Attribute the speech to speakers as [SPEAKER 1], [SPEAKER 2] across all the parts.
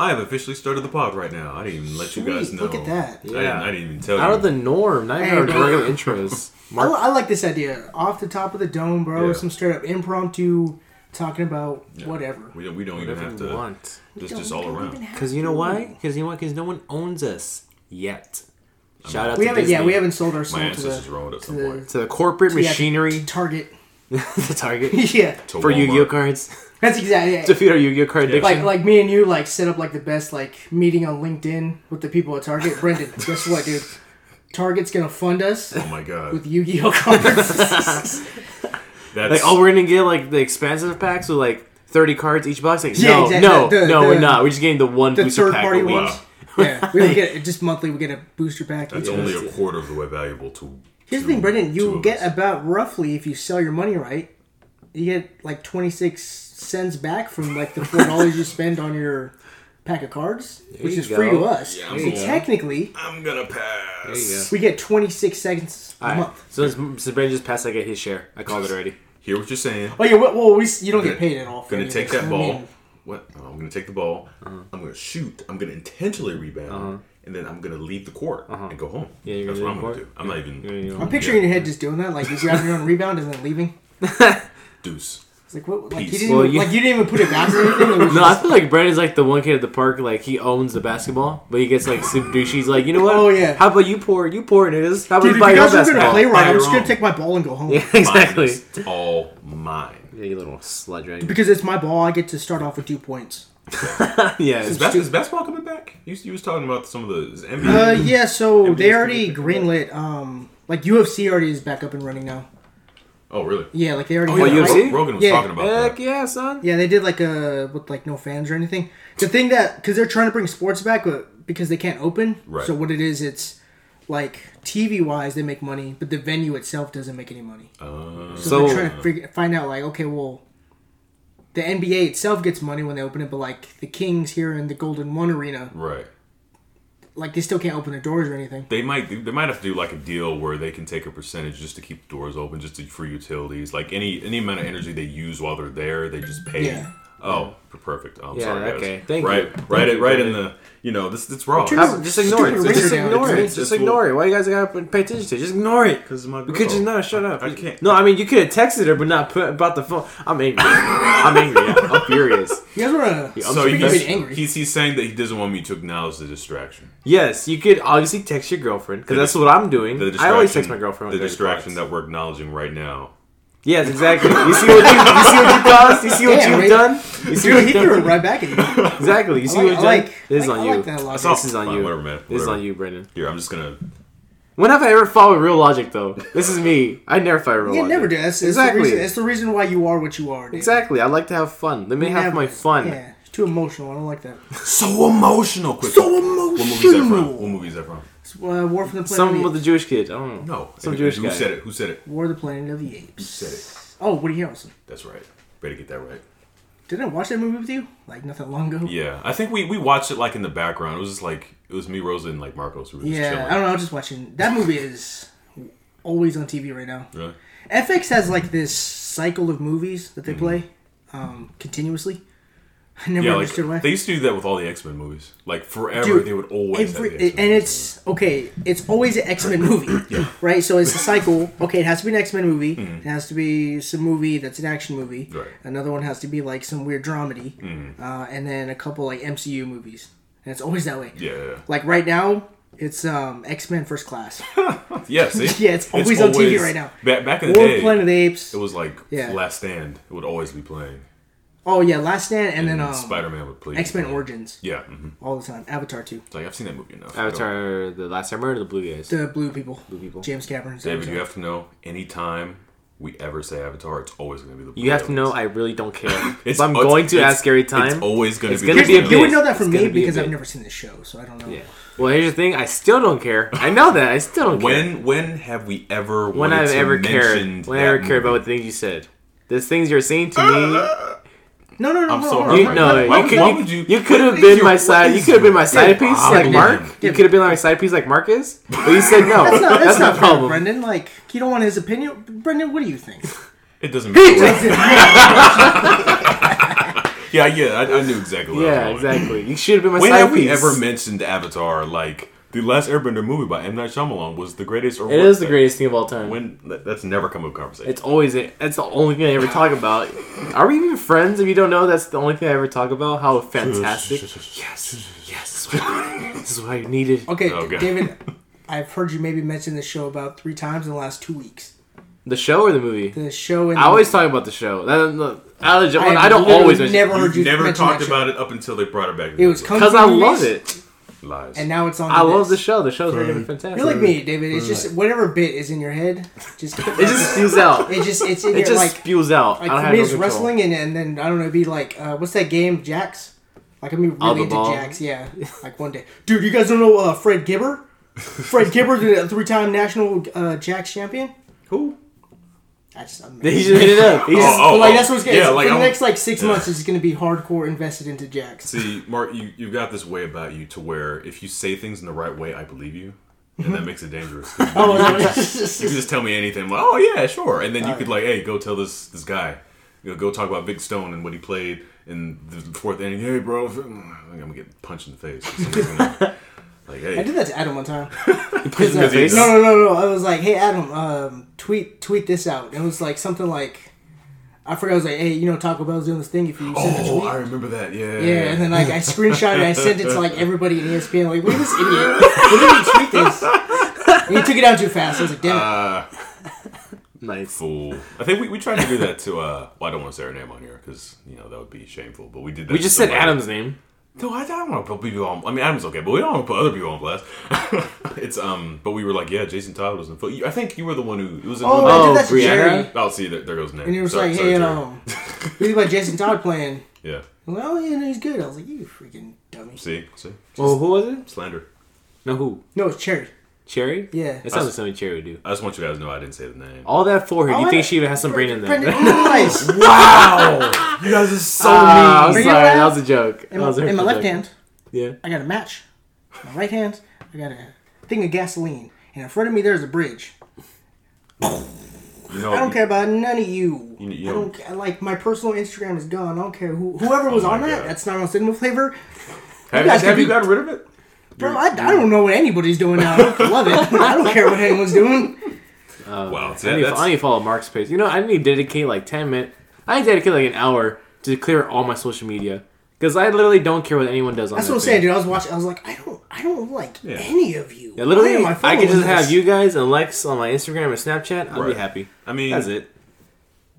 [SPEAKER 1] I have officially started the pod right now. I didn't even let you guys
[SPEAKER 2] Sweet,
[SPEAKER 1] know.
[SPEAKER 2] look at that.
[SPEAKER 1] I, didn't, I didn't even tell
[SPEAKER 3] Out
[SPEAKER 1] you.
[SPEAKER 3] of the norm. Not even
[SPEAKER 2] Hey,
[SPEAKER 3] our
[SPEAKER 2] bro.
[SPEAKER 3] regular intros.
[SPEAKER 2] I,
[SPEAKER 3] Mark,
[SPEAKER 2] I like this idea. Off the top of the dome, bro.
[SPEAKER 1] Yeah.
[SPEAKER 2] Some straight up impromptu talking about whatever.
[SPEAKER 1] we don't, we don't even
[SPEAKER 3] whatever
[SPEAKER 1] have
[SPEAKER 3] you
[SPEAKER 1] to.
[SPEAKER 3] want.
[SPEAKER 1] Just, just all around.
[SPEAKER 3] Because you know why? Because you know what? Because no one owns us yet. Shout out
[SPEAKER 2] We
[SPEAKER 3] to
[SPEAKER 2] haven't.
[SPEAKER 3] Disney.
[SPEAKER 2] Yeah, we haven't sold our
[SPEAKER 1] My
[SPEAKER 2] soul to
[SPEAKER 1] ancestors
[SPEAKER 2] the,
[SPEAKER 1] were owned at
[SPEAKER 2] to
[SPEAKER 1] some point.
[SPEAKER 2] the
[SPEAKER 3] To the corporate
[SPEAKER 2] yeah,
[SPEAKER 3] machinery,
[SPEAKER 2] Target.
[SPEAKER 3] the target
[SPEAKER 2] yeah,
[SPEAKER 1] To
[SPEAKER 3] for
[SPEAKER 1] Walmart.
[SPEAKER 3] Yu-Gi-Oh cards
[SPEAKER 2] that's exactly.
[SPEAKER 3] to
[SPEAKER 2] Yeah.
[SPEAKER 3] feed our Yu-Gi-Oh card
[SPEAKER 1] Yeah.
[SPEAKER 3] addiction.
[SPEAKER 2] Like, like me and you like set up like the best like meeting on LinkedIn with the people at Target. Brendan, guess what, dude? Target's gonna fund us
[SPEAKER 1] Oh my god.
[SPEAKER 2] with Yu-Gi-Oh cards.
[SPEAKER 1] That's
[SPEAKER 3] Like, oh, we're gonna get like the expansive packs with like thirty cards each box. Like,
[SPEAKER 2] Yeah,
[SPEAKER 3] no,
[SPEAKER 2] exactly.
[SPEAKER 3] no,
[SPEAKER 2] The-
[SPEAKER 3] no,
[SPEAKER 2] the-
[SPEAKER 3] we're not. We're just getting the one
[SPEAKER 2] the
[SPEAKER 3] booster
[SPEAKER 2] third
[SPEAKER 3] pack.
[SPEAKER 2] party
[SPEAKER 3] a week.
[SPEAKER 2] ones. Yeah, we would get just monthly. We get a booster pack.
[SPEAKER 1] that's
[SPEAKER 2] each
[SPEAKER 1] only
[SPEAKER 2] month.
[SPEAKER 1] a quarter of the way valuable to.
[SPEAKER 2] Here's the
[SPEAKER 1] to-
[SPEAKER 2] thing, Brendan.
[SPEAKER 1] two
[SPEAKER 2] You
[SPEAKER 1] of
[SPEAKER 2] get
[SPEAKER 1] us.
[SPEAKER 2] about roughly if you sell your money right, you get like twenty six cents back from like the four dollars you spend on your pack of cards, which
[SPEAKER 3] you
[SPEAKER 2] is free to
[SPEAKER 3] go.
[SPEAKER 2] us.
[SPEAKER 1] Yeah,
[SPEAKER 2] so
[SPEAKER 1] I'm-
[SPEAKER 2] technically,
[SPEAKER 1] I'm gonna pass.
[SPEAKER 3] There you go.
[SPEAKER 2] we get twenty six cents a
[SPEAKER 3] All right.
[SPEAKER 2] month.
[SPEAKER 3] So since Brandon just passed, I get his share. I called it already.
[SPEAKER 1] Hear what you're saying.
[SPEAKER 2] Oh yeah, well, well we, you don't get paid at all. for
[SPEAKER 1] Gonna
[SPEAKER 2] anything.
[SPEAKER 1] take that
[SPEAKER 2] I
[SPEAKER 1] ball.
[SPEAKER 2] mean,
[SPEAKER 1] What? Oh, I'm gonna take the ball.
[SPEAKER 3] Uh-huh.
[SPEAKER 1] I'm gonna shoot. I'm gonna intentionally rebound, and then I'm gonna leave the court and go home.
[SPEAKER 3] Uh-huh. Yeah, you're
[SPEAKER 1] that's what
[SPEAKER 3] gonna
[SPEAKER 1] I'm gonna
[SPEAKER 3] leave the
[SPEAKER 1] do. I'm not even
[SPEAKER 3] You know,
[SPEAKER 2] I'm picturing in your head just doing that, like you grabbing your own rebound and then leaving.
[SPEAKER 1] deuce.
[SPEAKER 2] It's like what? Like you
[SPEAKER 1] Peace.
[SPEAKER 2] didn't,
[SPEAKER 3] Well,
[SPEAKER 2] even,
[SPEAKER 3] you-
[SPEAKER 2] like you didn't even put it back or anything. It was
[SPEAKER 3] No, I
[SPEAKER 2] just,
[SPEAKER 3] feel like Brandon's like the one kid at the park, like he owns the basketball, but he gets like super douchey. He's like, you know what?
[SPEAKER 2] Oh, yeah.
[SPEAKER 3] How about you pour? You pour it is. How about
[SPEAKER 2] dude,
[SPEAKER 3] you
[SPEAKER 2] if
[SPEAKER 3] buy
[SPEAKER 2] you
[SPEAKER 3] your
[SPEAKER 2] guys
[SPEAKER 3] own
[SPEAKER 2] are gonna
[SPEAKER 3] basketball?
[SPEAKER 2] play right,
[SPEAKER 1] Buy
[SPEAKER 2] I'm
[SPEAKER 1] your
[SPEAKER 2] just gonna
[SPEAKER 1] own.
[SPEAKER 2] take my ball and go home.
[SPEAKER 3] yeah, exactly.
[SPEAKER 1] Mine is all mine.
[SPEAKER 3] Yeah, you little sludge right?
[SPEAKER 2] Because it's my ball, I get to start off with two points.
[SPEAKER 3] yeah,
[SPEAKER 1] Is,
[SPEAKER 3] it's
[SPEAKER 1] bas- is basketball coming back? You, you was talking about some of the is NBA.
[SPEAKER 2] Uh, yeah, so
[SPEAKER 1] NBA's
[SPEAKER 2] they already
[SPEAKER 1] gonna be pretty
[SPEAKER 2] greenlit. Um, like UFC already is back up and running now.
[SPEAKER 1] oh, really?
[SPEAKER 2] Yeah, like they already.
[SPEAKER 3] yeah,
[SPEAKER 2] have,
[SPEAKER 3] UFC?
[SPEAKER 2] like-
[SPEAKER 1] Rog- Rogan was
[SPEAKER 2] Yeah.
[SPEAKER 1] talking about
[SPEAKER 3] heck
[SPEAKER 1] that.
[SPEAKER 3] yeah, son.
[SPEAKER 2] yeah, they did like a with like no fans or anything. The thing that because they're trying to bring sports back, but because they can't open.
[SPEAKER 1] Right.
[SPEAKER 2] So what it is, it's like TV wise they make money, but the venue itself doesn't make any money.
[SPEAKER 1] Uh,
[SPEAKER 2] So,
[SPEAKER 3] So-
[SPEAKER 2] they're trying to figure, find out like okay, well, the NBA itself gets money when they open it, but like the Kings here in the Golden One Arena,
[SPEAKER 1] right.
[SPEAKER 2] like they still can't open their doors or anything.
[SPEAKER 1] They might they might have to do like a deal where they can take a percentage just to keep the doors open, just to, for utilities. Like any any amount of energy they use while they're there, they just pay.
[SPEAKER 2] Yeah.
[SPEAKER 1] Oh, per- perfect. Oh, I'm
[SPEAKER 3] Yeah,
[SPEAKER 1] sorry, guys.
[SPEAKER 3] okay. Thank
[SPEAKER 1] right,
[SPEAKER 3] you.
[SPEAKER 1] Right,
[SPEAKER 3] Thank
[SPEAKER 1] right,
[SPEAKER 3] you,
[SPEAKER 1] right in the you know this it's raw.
[SPEAKER 2] Turn
[SPEAKER 3] How- just ignore it.
[SPEAKER 2] Stupid
[SPEAKER 3] Just
[SPEAKER 2] radio
[SPEAKER 3] ignore
[SPEAKER 2] down.
[SPEAKER 3] it.
[SPEAKER 1] It's-
[SPEAKER 3] Just
[SPEAKER 1] it's-
[SPEAKER 3] ignore it. Why you guys gotta pay attention to it? Just ignore it.
[SPEAKER 1] Because my
[SPEAKER 3] We could just
[SPEAKER 1] girl.
[SPEAKER 3] no, shut up.
[SPEAKER 1] I
[SPEAKER 3] You-
[SPEAKER 1] can't.
[SPEAKER 3] No, I mean you could have texted her, but not put brought the phone. I'm angry. I'm angry. I'm, I'm furious.
[SPEAKER 2] You guys want to?
[SPEAKER 1] So
[SPEAKER 2] speaking of being
[SPEAKER 1] he's,
[SPEAKER 2] angry.
[SPEAKER 1] he's he's saying that he doesn't want me to acknowledge the distraction.
[SPEAKER 3] Yes, you could obviously text your girlfriend because that's what I'm doing.
[SPEAKER 1] The distraction
[SPEAKER 3] I always text my girlfriend.
[SPEAKER 1] The
[SPEAKER 3] when I go to
[SPEAKER 1] distraction
[SPEAKER 3] parties.
[SPEAKER 1] that we're acknowledging right now.
[SPEAKER 3] Yes, exactly. You see what you, you see what you caused. You see what
[SPEAKER 2] Yeah,
[SPEAKER 3] you've
[SPEAKER 2] right.
[SPEAKER 3] done. You see
[SPEAKER 2] Dude,
[SPEAKER 3] what
[SPEAKER 2] he
[SPEAKER 3] you've
[SPEAKER 2] threw it
[SPEAKER 3] done.
[SPEAKER 2] right back at you.
[SPEAKER 3] Exactly. You see
[SPEAKER 2] like-
[SPEAKER 3] what you've
[SPEAKER 2] I
[SPEAKER 3] done.
[SPEAKER 2] like-
[SPEAKER 3] this is
[SPEAKER 2] like-
[SPEAKER 3] on
[SPEAKER 2] I
[SPEAKER 3] you.
[SPEAKER 2] like that a lot.
[SPEAKER 3] This is on
[SPEAKER 1] Fine,
[SPEAKER 3] you.
[SPEAKER 1] whatever, man.
[SPEAKER 3] This is on
[SPEAKER 1] Whatever.
[SPEAKER 3] you, Brendan.
[SPEAKER 1] Here, I'm just gonna.
[SPEAKER 3] When have I ever followed real logic though? This is me. I never follow real
[SPEAKER 2] You
[SPEAKER 3] logic.
[SPEAKER 2] never do. That's, exactly. That's
[SPEAKER 3] exactly.
[SPEAKER 2] the, reason, that's the reason why you are what you are. Dude.
[SPEAKER 3] exactly. I like to have fun. Let me
[SPEAKER 2] You
[SPEAKER 3] have
[SPEAKER 2] never-
[SPEAKER 3] my fun.
[SPEAKER 2] Yeah, it's too emotional. I don't like that.
[SPEAKER 1] So emotional, quick.
[SPEAKER 2] So
[SPEAKER 1] What movie is that from?
[SPEAKER 2] emotional.
[SPEAKER 1] What movie is that from?
[SPEAKER 2] It's, uh, War for the Planet.
[SPEAKER 3] Some
[SPEAKER 2] of
[SPEAKER 3] with
[SPEAKER 2] the,
[SPEAKER 3] the Jewish kid. I don't know.
[SPEAKER 1] No,
[SPEAKER 3] Some
[SPEAKER 1] Who-
[SPEAKER 3] Jewish
[SPEAKER 1] Who
[SPEAKER 3] guy.
[SPEAKER 1] said it? Who said it?
[SPEAKER 2] Apes. War of the Planet of the Apes.
[SPEAKER 1] Said it.
[SPEAKER 2] Oh, Woody Harrelson.
[SPEAKER 1] That's right. Better get that right.
[SPEAKER 2] Didn't I watch that movie with you? Like not that long ago.
[SPEAKER 1] Yeah, I think we we watched it like in the background. It was just like it was me, Rosa, and like Marcos who were just
[SPEAKER 2] Yeah,
[SPEAKER 1] chilling.
[SPEAKER 2] I don't know. I was just watching. That movie is always on TV right now.
[SPEAKER 1] Really?
[SPEAKER 2] FX has like this cycle of movies that
[SPEAKER 3] Mm-hmm.
[SPEAKER 2] they play um, continuously. I never
[SPEAKER 1] Yeah,
[SPEAKER 2] understood why.
[SPEAKER 1] like they used to do that with all the X Men movies. Like forever,
[SPEAKER 2] Dude,
[SPEAKER 1] they would always
[SPEAKER 2] Every,
[SPEAKER 1] have the X-Men
[SPEAKER 2] and
[SPEAKER 1] movies.
[SPEAKER 2] it's okay. It's always an X Men movie, right? So it's a cycle. Okay, it has to be an X Men movie. It has to be some movie that's an action movie.
[SPEAKER 1] Right.
[SPEAKER 2] Another one has to be like some weird dramedy, uh, and then a couple like MCU movies. And it's always that way.
[SPEAKER 1] yeah, yeah,
[SPEAKER 2] Like right now, it's um, X Men First Class.
[SPEAKER 1] yeah. yeah. See?
[SPEAKER 2] Yeah, it's always on TV right now.
[SPEAKER 1] Back, back in the
[SPEAKER 2] Or
[SPEAKER 1] day,
[SPEAKER 2] Planet of the Apes.
[SPEAKER 1] it was like
[SPEAKER 2] Yeah.
[SPEAKER 1] Last Stand. It would always be playing.
[SPEAKER 2] Oh yeah, Last Stand, and, then um,
[SPEAKER 1] Spider Man would play
[SPEAKER 2] X Men Origins
[SPEAKER 1] Yeah, hmm
[SPEAKER 2] all the time. Avatar too.
[SPEAKER 1] like I've seen that movie enough.
[SPEAKER 3] Avatar, the last time or the blue guys.
[SPEAKER 2] The blue people. Blue
[SPEAKER 3] people.
[SPEAKER 2] James Cameron.
[SPEAKER 1] David, you have to know. Anytime we ever say Avatar, it's always going to be the.
[SPEAKER 3] You have to
[SPEAKER 1] Blue
[SPEAKER 3] know.
[SPEAKER 1] Aliens.
[SPEAKER 3] I really don't care.
[SPEAKER 1] It's-
[SPEAKER 3] if I'm
[SPEAKER 1] it's-
[SPEAKER 3] going to
[SPEAKER 1] it's-
[SPEAKER 3] ask every time.
[SPEAKER 1] It's always going
[SPEAKER 3] it's
[SPEAKER 1] to be.
[SPEAKER 3] gonna
[SPEAKER 1] the
[SPEAKER 3] be a
[SPEAKER 1] Blue
[SPEAKER 2] you would
[SPEAKER 1] Aliens.
[SPEAKER 2] know that from
[SPEAKER 3] It's
[SPEAKER 2] me
[SPEAKER 3] gonna be a
[SPEAKER 2] because I've
[SPEAKER 3] bit.
[SPEAKER 2] never seen this show, so I don't know.
[SPEAKER 3] Yeah. Well, here's the thing. I still don't care. I know that. I still don't care.
[SPEAKER 1] When when have we ever
[SPEAKER 3] When
[SPEAKER 1] wanted
[SPEAKER 3] I've
[SPEAKER 1] to
[SPEAKER 3] ever cared.
[SPEAKER 1] mentioned
[SPEAKER 3] When I ever
[SPEAKER 1] that
[SPEAKER 3] cared about
[SPEAKER 1] movie?
[SPEAKER 3] what things you said. Those things you're saying to me.
[SPEAKER 2] No, no, no.
[SPEAKER 1] I'm
[SPEAKER 2] no,
[SPEAKER 1] so
[SPEAKER 2] no,
[SPEAKER 1] hurt
[SPEAKER 3] You,
[SPEAKER 1] right
[SPEAKER 3] no,
[SPEAKER 1] now.
[SPEAKER 3] you
[SPEAKER 1] Uh, Why-
[SPEAKER 3] could,
[SPEAKER 1] why
[SPEAKER 3] you,
[SPEAKER 1] would you-
[SPEAKER 3] you could
[SPEAKER 1] what
[SPEAKER 3] have
[SPEAKER 1] is
[SPEAKER 3] been
[SPEAKER 1] your-
[SPEAKER 3] my
[SPEAKER 1] what
[SPEAKER 3] side.
[SPEAKER 1] is
[SPEAKER 3] You could have been my
[SPEAKER 1] your
[SPEAKER 3] side piece, like
[SPEAKER 1] problem?
[SPEAKER 3] Mark.
[SPEAKER 2] Yeah.
[SPEAKER 3] You could have been like my side piece, like Mark is. But you said no.
[SPEAKER 2] That's not, that's not
[SPEAKER 3] my
[SPEAKER 2] fair,
[SPEAKER 3] problem.
[SPEAKER 2] Brendan. Like, you don't want his opinion. Brendan, what do you think?
[SPEAKER 1] It doesn't matter.
[SPEAKER 2] Doesn't-
[SPEAKER 1] yeah, yeah, I, I knew exactly what
[SPEAKER 3] Yeah,
[SPEAKER 1] I was going.
[SPEAKER 3] exactly. You should have been my
[SPEAKER 1] When
[SPEAKER 3] side
[SPEAKER 1] have we
[SPEAKER 3] piece.
[SPEAKER 1] ever mentioned Avatar? Like, the last Airbender movie by M. Night Shyamalan was the greatest. Or
[SPEAKER 3] it is the greatest thing of all time.
[SPEAKER 1] When that- That's never come up conversation.
[SPEAKER 3] It's always that's the only thing I ever talk about. Are we even friends? If you don't know, that's the only thing I ever talk about. How fantastic! yes, yes, this is what I needed.
[SPEAKER 2] okay,
[SPEAKER 1] Okay.
[SPEAKER 2] David, I've heard you maybe mention this show about three times in the last two weeks.
[SPEAKER 3] The show or the movie?
[SPEAKER 2] The show and
[SPEAKER 3] I always talk about the show. That- that- I legit-
[SPEAKER 2] I have
[SPEAKER 3] I don't
[SPEAKER 2] literally
[SPEAKER 3] always mention
[SPEAKER 2] never heard you
[SPEAKER 1] never
[SPEAKER 2] mention
[SPEAKER 1] talked
[SPEAKER 2] that show.
[SPEAKER 1] about it up until they brought it back.
[SPEAKER 2] It was Kung
[SPEAKER 3] because
[SPEAKER 2] Fu
[SPEAKER 3] I love
[SPEAKER 2] movies,
[SPEAKER 3] it.
[SPEAKER 1] lies.
[SPEAKER 2] and now it's on.
[SPEAKER 3] I
[SPEAKER 2] the
[SPEAKER 3] love the
[SPEAKER 2] list.
[SPEAKER 3] show. The show's really fantastic.
[SPEAKER 2] You're like me, David. It's just whatever bit is in your head, just it
[SPEAKER 3] It just spews out. It
[SPEAKER 2] it just it's in your
[SPEAKER 3] just
[SPEAKER 2] like
[SPEAKER 3] spews out. I
[SPEAKER 2] Like
[SPEAKER 3] don't
[SPEAKER 2] for
[SPEAKER 3] have
[SPEAKER 2] me,
[SPEAKER 3] no
[SPEAKER 2] it's
[SPEAKER 3] control.
[SPEAKER 2] wrestling, and, and then I don't know, it'd be like uh, what's that game, Jacks? Like I'm really
[SPEAKER 3] All the
[SPEAKER 2] into
[SPEAKER 3] ball.
[SPEAKER 2] Jacks, yeah. Like one day, dude, you guys don't know uh, Fred Gibber? Fred Gibber, the three-time national uh, Jacks champion.
[SPEAKER 1] Who?
[SPEAKER 2] I just, I'm
[SPEAKER 3] He just hit it up. He just-
[SPEAKER 1] Oh, oh,
[SPEAKER 2] but like
[SPEAKER 1] oh.
[SPEAKER 2] that's what's getting.
[SPEAKER 1] Yeah,
[SPEAKER 2] so
[SPEAKER 1] like,
[SPEAKER 2] for the
[SPEAKER 1] I'm-
[SPEAKER 2] next like six months, it's gonna be hardcore invested into Jacks.
[SPEAKER 1] See, Mark, you you've got this way about you to where if you say things in the right way, I believe you, and that makes it dangerous. You
[SPEAKER 2] Mm-hmm. Oh,
[SPEAKER 1] can just tell me anything. I'm like, oh yeah, sure, and then you could like, hey, go tell this this guy, you know, go talk about Big Stone and what he played in the fourth inning. Hey, bro, I think I'm gonna get punched in the face. It's gonna- like,
[SPEAKER 2] I
[SPEAKER 1] hey,
[SPEAKER 2] did that to Adam one time.
[SPEAKER 3] Puts it in the
[SPEAKER 2] No,
[SPEAKER 3] face.
[SPEAKER 2] no, no, no. I was like, hey Adam, um, tweet tweet this out. It was like something like. I forgot. I was like, "Hey, you know Taco Bell's doing this thing. If you send a
[SPEAKER 1] oh,
[SPEAKER 2] tweet,
[SPEAKER 1] I remember that. Yeah,
[SPEAKER 2] Yeah, and then like I screenshot it, I sent it to like everybody in E ESPN. Like, look at this idiot. Look at me tweet this. And he took it down too fast. I was like, damn it.
[SPEAKER 1] Uh,
[SPEAKER 3] Nice.
[SPEAKER 1] fool. I think we, we tried to do that to. Uh, well, I don't want to say her name on here because you know that would be shameful. But we did. that
[SPEAKER 3] We
[SPEAKER 1] to
[SPEAKER 3] just said
[SPEAKER 1] somebody.
[SPEAKER 3] Adam's name.
[SPEAKER 1] No, I don't want to put people on. I mean, Adam's okay, but we don't want to put other people on blast. it's um, but we were like, yeah, Jason Todd was in. But you- I think you were the one who it was in.
[SPEAKER 2] oh,
[SPEAKER 1] Oh,
[SPEAKER 2] I did that to
[SPEAKER 3] Brianna?
[SPEAKER 2] Jerry.
[SPEAKER 1] I'll see. There, there goes Nick.
[SPEAKER 2] And he was
[SPEAKER 1] Sorry-
[SPEAKER 2] like,
[SPEAKER 1] sorry,
[SPEAKER 2] hey,
[SPEAKER 1] Jerry.
[SPEAKER 2] um, what do you think about Jason Todd playing?
[SPEAKER 1] yeah.
[SPEAKER 2] Well, you know, he's good. I was like, you freaking dummy.
[SPEAKER 1] See, see,
[SPEAKER 3] Well, Oh, who was it?
[SPEAKER 1] slander.
[SPEAKER 3] No, who?
[SPEAKER 2] No, it's Cherry.
[SPEAKER 3] Cherry?
[SPEAKER 2] Yeah.
[SPEAKER 3] That sounds like something Cherry would do.
[SPEAKER 1] I just want you guys to know I didn't say the name.
[SPEAKER 3] All that forehead.
[SPEAKER 2] Oh,
[SPEAKER 3] You
[SPEAKER 2] I-
[SPEAKER 3] think she even has some brain in
[SPEAKER 2] Brendan,
[SPEAKER 3] there?
[SPEAKER 2] you're nice. In
[SPEAKER 1] Wow, you guys are so
[SPEAKER 3] Ah, I'm
[SPEAKER 2] Bring
[SPEAKER 3] sorry.
[SPEAKER 2] it
[SPEAKER 3] That
[SPEAKER 2] out.
[SPEAKER 3] was a joke. That
[SPEAKER 2] my,
[SPEAKER 3] was a
[SPEAKER 2] in my
[SPEAKER 3] hurtful
[SPEAKER 2] left
[SPEAKER 3] joke.
[SPEAKER 2] hand,
[SPEAKER 3] Yeah.
[SPEAKER 2] I got a match. In my right hand, I got a thing of gasoline. And in front of me, there's a bridge.
[SPEAKER 1] mean. You know,
[SPEAKER 2] I don't care about none of you.
[SPEAKER 1] You- you
[SPEAKER 2] I
[SPEAKER 1] don't-
[SPEAKER 2] don't ca- like my personal Instagram is gone. I don't care who whoever was
[SPEAKER 1] Oh my
[SPEAKER 2] on that.
[SPEAKER 1] God.
[SPEAKER 2] That's not on cinema flavor.
[SPEAKER 1] Have,
[SPEAKER 2] You guys
[SPEAKER 1] have
[SPEAKER 2] could
[SPEAKER 1] you
[SPEAKER 2] be-
[SPEAKER 1] gotten rid of it?
[SPEAKER 2] Bro, I, I don't know what anybody's doing now. I love it. I don't care what anyone's doing.
[SPEAKER 1] wow,
[SPEAKER 3] I
[SPEAKER 1] that,
[SPEAKER 3] need, I
[SPEAKER 1] that's
[SPEAKER 3] need to follow Mark's page. You know, I need to dedicate like 10 minutes. I need to dedicate like an hour to clear all my social media. Because I literally don't care what anyone does on
[SPEAKER 2] That's
[SPEAKER 3] that
[SPEAKER 2] what I'm
[SPEAKER 3] thing.
[SPEAKER 2] saying, dude. I was watching. I was like, I don't, I don't like any of you.
[SPEAKER 3] Yeah, literally,
[SPEAKER 2] am
[SPEAKER 3] I could
[SPEAKER 2] following
[SPEAKER 3] just have
[SPEAKER 2] this?
[SPEAKER 3] you guys and Lex on my Instagram and Snapchat. I'll
[SPEAKER 1] Right.
[SPEAKER 3] be happy.
[SPEAKER 1] I mean,
[SPEAKER 3] That's it.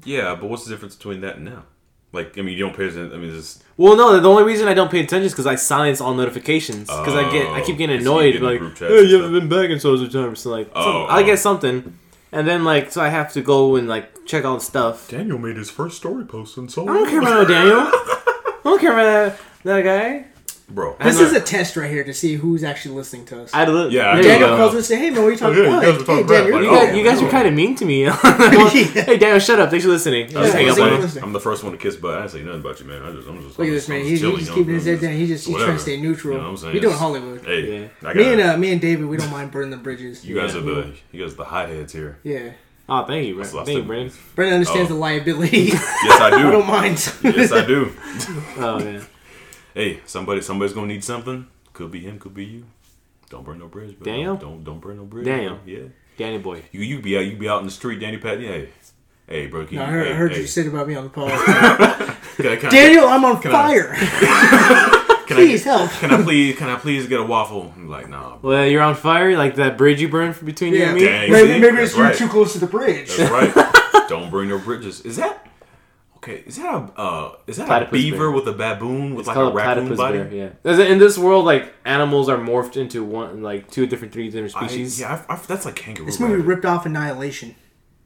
[SPEAKER 1] Yeah, but what's the difference between that and now? Like, I mean, you don't pay attention. I mean, it's
[SPEAKER 3] Well, no, the only reason I don't pay attention is because I silence all notifications because I get I keep getting
[SPEAKER 1] Oh, so you
[SPEAKER 3] annoyed.
[SPEAKER 1] get in
[SPEAKER 3] like,
[SPEAKER 1] group chats
[SPEAKER 3] hey,
[SPEAKER 1] and
[SPEAKER 3] you haven't
[SPEAKER 1] stuff.
[SPEAKER 3] been back in so and so time. So like,
[SPEAKER 1] Oh,
[SPEAKER 3] some- I
[SPEAKER 1] oh.
[SPEAKER 3] get something, and then like, so I have to go and like check all the stuff.
[SPEAKER 1] Daniel made his first story post on
[SPEAKER 3] I don't
[SPEAKER 1] so
[SPEAKER 3] care about no Daniel. I don't care about that, that guy.
[SPEAKER 1] bro.
[SPEAKER 2] This
[SPEAKER 3] I'm
[SPEAKER 2] is a
[SPEAKER 3] not-
[SPEAKER 2] test right here to see who's actually listening to us.
[SPEAKER 3] I li-
[SPEAKER 1] Yeah, I
[SPEAKER 3] there you
[SPEAKER 2] Daniel
[SPEAKER 3] go.
[SPEAKER 2] calls and say, "Hey man, what are you talking
[SPEAKER 1] yeah, you
[SPEAKER 2] about?"
[SPEAKER 1] guys were
[SPEAKER 2] Hey,
[SPEAKER 1] talking
[SPEAKER 2] Daniel,
[SPEAKER 1] crap,
[SPEAKER 2] you
[SPEAKER 1] like,
[SPEAKER 2] got-
[SPEAKER 1] oh.
[SPEAKER 3] Yeah, you guys are kind of mean to me. hey Daniel, shut up! Thanks for listening.
[SPEAKER 1] I just
[SPEAKER 3] Just hang up
[SPEAKER 1] am
[SPEAKER 2] Yeah,
[SPEAKER 3] on
[SPEAKER 2] yeah.
[SPEAKER 3] him.
[SPEAKER 2] listening.
[SPEAKER 1] the first one to kiss butt. I didn't say nothing about you, man. I just, I'm just
[SPEAKER 2] Look
[SPEAKER 1] I'm
[SPEAKER 2] at
[SPEAKER 1] just-
[SPEAKER 2] this man.
[SPEAKER 1] I'm
[SPEAKER 2] He's,
[SPEAKER 1] chilling,
[SPEAKER 2] he's
[SPEAKER 1] you know,
[SPEAKER 2] keeping his
[SPEAKER 1] I'm
[SPEAKER 2] head down. He's just he's trying
[SPEAKER 1] whatever.
[SPEAKER 2] to stay neutral.
[SPEAKER 1] You know what I'm saying?
[SPEAKER 2] we doing
[SPEAKER 1] It's-
[SPEAKER 2] Hollywood.
[SPEAKER 1] Hey,
[SPEAKER 3] Yeah.
[SPEAKER 1] I got
[SPEAKER 2] Me and uh, me and David, we don't mind burning the bridges.
[SPEAKER 1] you guys are the you guys are the hotheads here.
[SPEAKER 2] Yeah,
[SPEAKER 3] Oh, thank you, Brent.
[SPEAKER 1] lost
[SPEAKER 3] Thank you,
[SPEAKER 1] it.
[SPEAKER 3] Brandon.
[SPEAKER 2] Brendan understands
[SPEAKER 1] Oh.
[SPEAKER 2] the liability.
[SPEAKER 1] Yes, I
[SPEAKER 2] I
[SPEAKER 1] do.
[SPEAKER 2] don't mind.
[SPEAKER 1] yes, I do.
[SPEAKER 3] Oh man,
[SPEAKER 1] Hey, somebody, somebody's gonna need something. Could be him. Could be you. Don't burn no bridge, bro.
[SPEAKER 3] Daniel?
[SPEAKER 1] Don't don't burn no bridge.
[SPEAKER 3] Daniel.
[SPEAKER 1] bro. Yeah.
[SPEAKER 3] Danny boy.
[SPEAKER 1] You you be out you be out in the street, Danny Patton. Hey, hey, bro. Can
[SPEAKER 2] No, I
[SPEAKER 1] you,
[SPEAKER 2] heard,
[SPEAKER 1] hey,
[SPEAKER 2] I heard
[SPEAKER 1] hey,
[SPEAKER 2] you said about me on the pod.
[SPEAKER 1] Can I, can I-
[SPEAKER 2] Daniel, I'm on
[SPEAKER 1] I-
[SPEAKER 2] fire.
[SPEAKER 1] can I-
[SPEAKER 2] Please help.
[SPEAKER 1] Can I please can I please get a waffle? I'm like, nah. Bro.
[SPEAKER 3] Well, you're on fire like that bridge you burned between you
[SPEAKER 2] Yeah,
[SPEAKER 3] and me.
[SPEAKER 1] Dang,
[SPEAKER 2] maybe,
[SPEAKER 1] see?
[SPEAKER 2] maybe it's
[SPEAKER 1] That's
[SPEAKER 2] you're
[SPEAKER 1] right.
[SPEAKER 2] too close to the bridge.
[SPEAKER 1] That's right. Don't burn no bridges. Is that okay? Is that a uh, is that a
[SPEAKER 3] Platypus
[SPEAKER 1] beaver
[SPEAKER 3] bear.
[SPEAKER 1] with a baboon with like a
[SPEAKER 3] called
[SPEAKER 1] raccoon
[SPEAKER 3] platypus
[SPEAKER 1] body?
[SPEAKER 3] bear. Yeah. As in- In this world, like animals are morphed into one, like two different, three different
[SPEAKER 1] I,
[SPEAKER 3] species.
[SPEAKER 1] yeah, I, I, that's like kangaroo.
[SPEAKER 2] This movie
[SPEAKER 1] right?
[SPEAKER 2] ripped off Annihilation.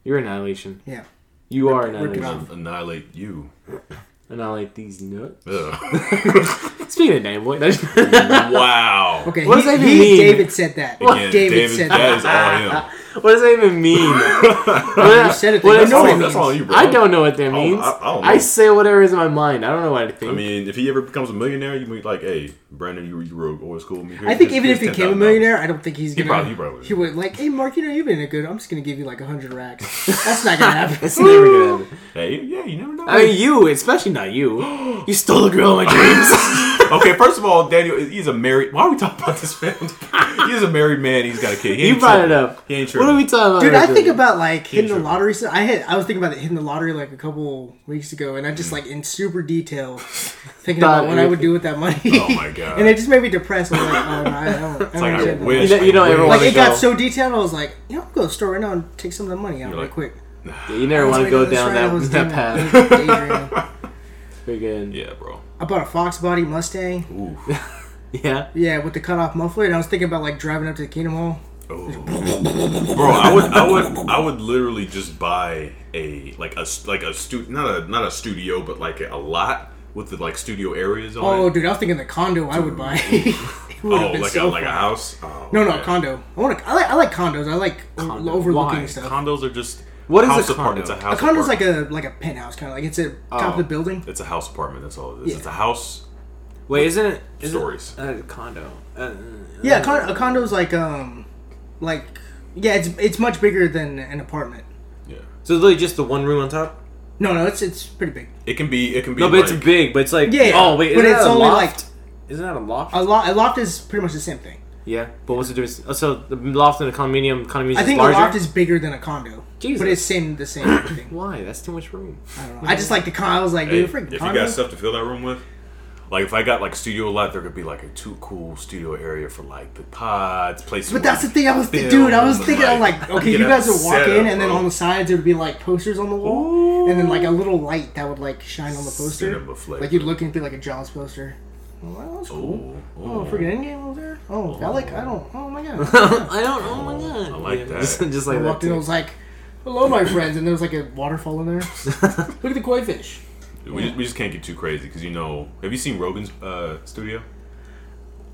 [SPEAKER 3] You're annihilation.
[SPEAKER 2] Yeah.
[SPEAKER 3] You are
[SPEAKER 2] rip it
[SPEAKER 3] annihilation.
[SPEAKER 2] off.
[SPEAKER 1] annihilate you.
[SPEAKER 3] Annihilate these nuts.
[SPEAKER 1] Ugh.
[SPEAKER 3] Speaking of Danny boy, that's-
[SPEAKER 1] wow.
[SPEAKER 2] Okay.
[SPEAKER 3] What
[SPEAKER 2] he,
[SPEAKER 3] does that even
[SPEAKER 2] he-
[SPEAKER 3] mean?
[SPEAKER 2] David said that.
[SPEAKER 1] Again,
[SPEAKER 2] David,
[SPEAKER 1] David,
[SPEAKER 2] said
[SPEAKER 1] that
[SPEAKER 2] that.
[SPEAKER 1] is all him.
[SPEAKER 3] What does that even mean? What-
[SPEAKER 2] You said it,
[SPEAKER 3] what
[SPEAKER 2] they
[SPEAKER 3] does-
[SPEAKER 2] know it
[SPEAKER 1] that's all you, bro.
[SPEAKER 3] I don't know what that
[SPEAKER 1] don't-
[SPEAKER 3] means.
[SPEAKER 1] Oh, I-
[SPEAKER 3] I,
[SPEAKER 1] I don't know.
[SPEAKER 3] say whatever is in my mind. I don't know what I think.
[SPEAKER 1] I mean, if he ever becomes a millionaire, you be like, "Hey, Brandon, you you were always cool with me." Here-
[SPEAKER 2] I think
[SPEAKER 1] here's-
[SPEAKER 2] even if he
[SPEAKER 1] here's
[SPEAKER 2] became a
[SPEAKER 1] $10,000.
[SPEAKER 2] millionaire, I don't think he's gonna.
[SPEAKER 1] probably- he probably would.
[SPEAKER 2] he would like, hey Mark, you know you've been a good. I'm just gonna give you like hundred racks. That's not gonna happen.
[SPEAKER 3] it's never gonna happen.
[SPEAKER 1] Hey, yeah, you never know.
[SPEAKER 3] I mean, you, especially not you. You stole the girl of my dreams.
[SPEAKER 1] okay, first of all, Daniel, he's a married. Why are we talking about this man? he's a married man. He's got a kid. He
[SPEAKER 3] you
[SPEAKER 1] ain't
[SPEAKER 3] brought it
[SPEAKER 1] tripping.
[SPEAKER 3] up.
[SPEAKER 1] He ain't
[SPEAKER 3] What
[SPEAKER 1] tripping.
[SPEAKER 3] are we talking about?
[SPEAKER 2] Dude, I
[SPEAKER 3] here,
[SPEAKER 2] think
[SPEAKER 3] dude?
[SPEAKER 2] about like hitting the
[SPEAKER 1] sure.
[SPEAKER 2] lottery. so- I hit. I was thinking about hitting the lottery like a couple weeks ago, and I
[SPEAKER 1] Mm.
[SPEAKER 2] just like in super detail thinking
[SPEAKER 3] Thought
[SPEAKER 2] about what I would do with that money.
[SPEAKER 1] Oh my god!
[SPEAKER 2] and it just made me depressed. I was like, oh, no, I don't. I don't
[SPEAKER 1] like, I
[SPEAKER 2] understand that.
[SPEAKER 1] wish-
[SPEAKER 3] You, know, you don't ever
[SPEAKER 1] Like,
[SPEAKER 3] want
[SPEAKER 2] Like
[SPEAKER 3] to
[SPEAKER 2] it
[SPEAKER 3] go.
[SPEAKER 2] got so detailed, I was like, you know, I'll go to the store right now and take some of the money out
[SPEAKER 1] You're
[SPEAKER 2] right
[SPEAKER 1] like,
[SPEAKER 2] quick.
[SPEAKER 3] you never want to go down that, that path.
[SPEAKER 2] path.
[SPEAKER 3] Freaking yeah.
[SPEAKER 1] yeah, bro.
[SPEAKER 2] I bought a Fox Body Mustang.
[SPEAKER 1] Ooh.
[SPEAKER 2] Yeah, with the cutoff muffler, and I was thinking about like driving up to the Kingdom Hall.
[SPEAKER 1] Oh. Bro, I would, I would, I would literally just buy a like a s- like a stu not a not a studio, but like a, lot with the like studio areas on
[SPEAKER 2] Oh,
[SPEAKER 1] it.
[SPEAKER 2] dude, I was thinking the condo I would buy. it would
[SPEAKER 1] Oh,
[SPEAKER 2] have been
[SPEAKER 1] like
[SPEAKER 2] so
[SPEAKER 1] a like a
[SPEAKER 2] fun.
[SPEAKER 1] house. Oh,
[SPEAKER 2] No, no,
[SPEAKER 1] man.
[SPEAKER 2] condo. I want to. I like, I like condos. I like o-
[SPEAKER 3] Condo.
[SPEAKER 2] overlooking
[SPEAKER 3] Why?
[SPEAKER 2] stuff.
[SPEAKER 1] Condos are just
[SPEAKER 3] What is a
[SPEAKER 1] house
[SPEAKER 3] condo?
[SPEAKER 1] apartment. It's a
[SPEAKER 2] a
[SPEAKER 1] house.
[SPEAKER 2] condo's
[SPEAKER 1] apartment.
[SPEAKER 2] like a like a penthouse kind of like it's at top of the building.
[SPEAKER 1] it's a house apartment. That's all it is.
[SPEAKER 2] Yeah.
[SPEAKER 1] It's a house.
[SPEAKER 3] Wait, isn't it? Isn't
[SPEAKER 1] Stories.
[SPEAKER 3] It, uh, condo. Uh,
[SPEAKER 2] Yeah, a, con- a condo's like um, like yeah, it's it's much bigger than an apartment.
[SPEAKER 1] Yeah,
[SPEAKER 3] so literally just the one room on top.
[SPEAKER 2] No, no, it's it's pretty big.
[SPEAKER 1] it can be. It can be.
[SPEAKER 3] No, but
[SPEAKER 1] like,
[SPEAKER 3] it's big. But it's like
[SPEAKER 2] Yeah,
[SPEAKER 3] oh wait,
[SPEAKER 2] but
[SPEAKER 3] isn't
[SPEAKER 2] it's
[SPEAKER 3] that a
[SPEAKER 2] only
[SPEAKER 3] loft? Isn't that a loft?
[SPEAKER 2] A loft, a loft is pretty much the same thing.
[SPEAKER 3] yeah, but what's the difference? Oh, so the loft and a condominium, condominium
[SPEAKER 2] I
[SPEAKER 3] is
[SPEAKER 2] think
[SPEAKER 3] larger.
[SPEAKER 2] a loft is bigger than a condo,
[SPEAKER 3] Jesus.
[SPEAKER 2] but it's same the same thing.
[SPEAKER 3] Why? That's too much room.
[SPEAKER 2] I, don't know. I just like the con. I was like,
[SPEAKER 1] Hey,
[SPEAKER 2] dude,
[SPEAKER 1] if
[SPEAKER 2] freaking
[SPEAKER 1] you
[SPEAKER 2] condo.
[SPEAKER 1] got stuff to fill that room with, like if I got like studio lot, there could be like a too cool studio area for like the pods, places.
[SPEAKER 2] But
[SPEAKER 1] where
[SPEAKER 2] that's the
[SPEAKER 1] you
[SPEAKER 2] thing I was
[SPEAKER 1] film
[SPEAKER 2] thinking, dude. I was
[SPEAKER 1] and,
[SPEAKER 2] thinking, I'm like, okay,
[SPEAKER 1] get
[SPEAKER 2] you
[SPEAKER 1] a
[SPEAKER 2] guys would walk
[SPEAKER 1] setup,
[SPEAKER 2] in, and then
[SPEAKER 1] bro.
[SPEAKER 2] on the sides there would be like posters on the wall, and then like a little light that would like shine on the poster.
[SPEAKER 1] Cinema flick.
[SPEAKER 2] Like you'd look in through like a Jaws poster. Oh, wow, that's cool.
[SPEAKER 1] Ooh,
[SPEAKER 2] Oh,
[SPEAKER 1] ooh.
[SPEAKER 2] freaking Endgame was there. Oh, Valak, I don't. Oh my god.
[SPEAKER 3] I don't. Oh my god.
[SPEAKER 1] I like
[SPEAKER 3] Yeah,
[SPEAKER 1] that.
[SPEAKER 3] Just, just
[SPEAKER 2] I
[SPEAKER 3] like that.
[SPEAKER 2] walked in,
[SPEAKER 3] too.
[SPEAKER 2] I was like, "Hello, my friends," and there was like a waterfall in there. look at the koi fish.
[SPEAKER 1] We, just, we just can't get too crazy because you know. Have you seen Rogan's uh, studio?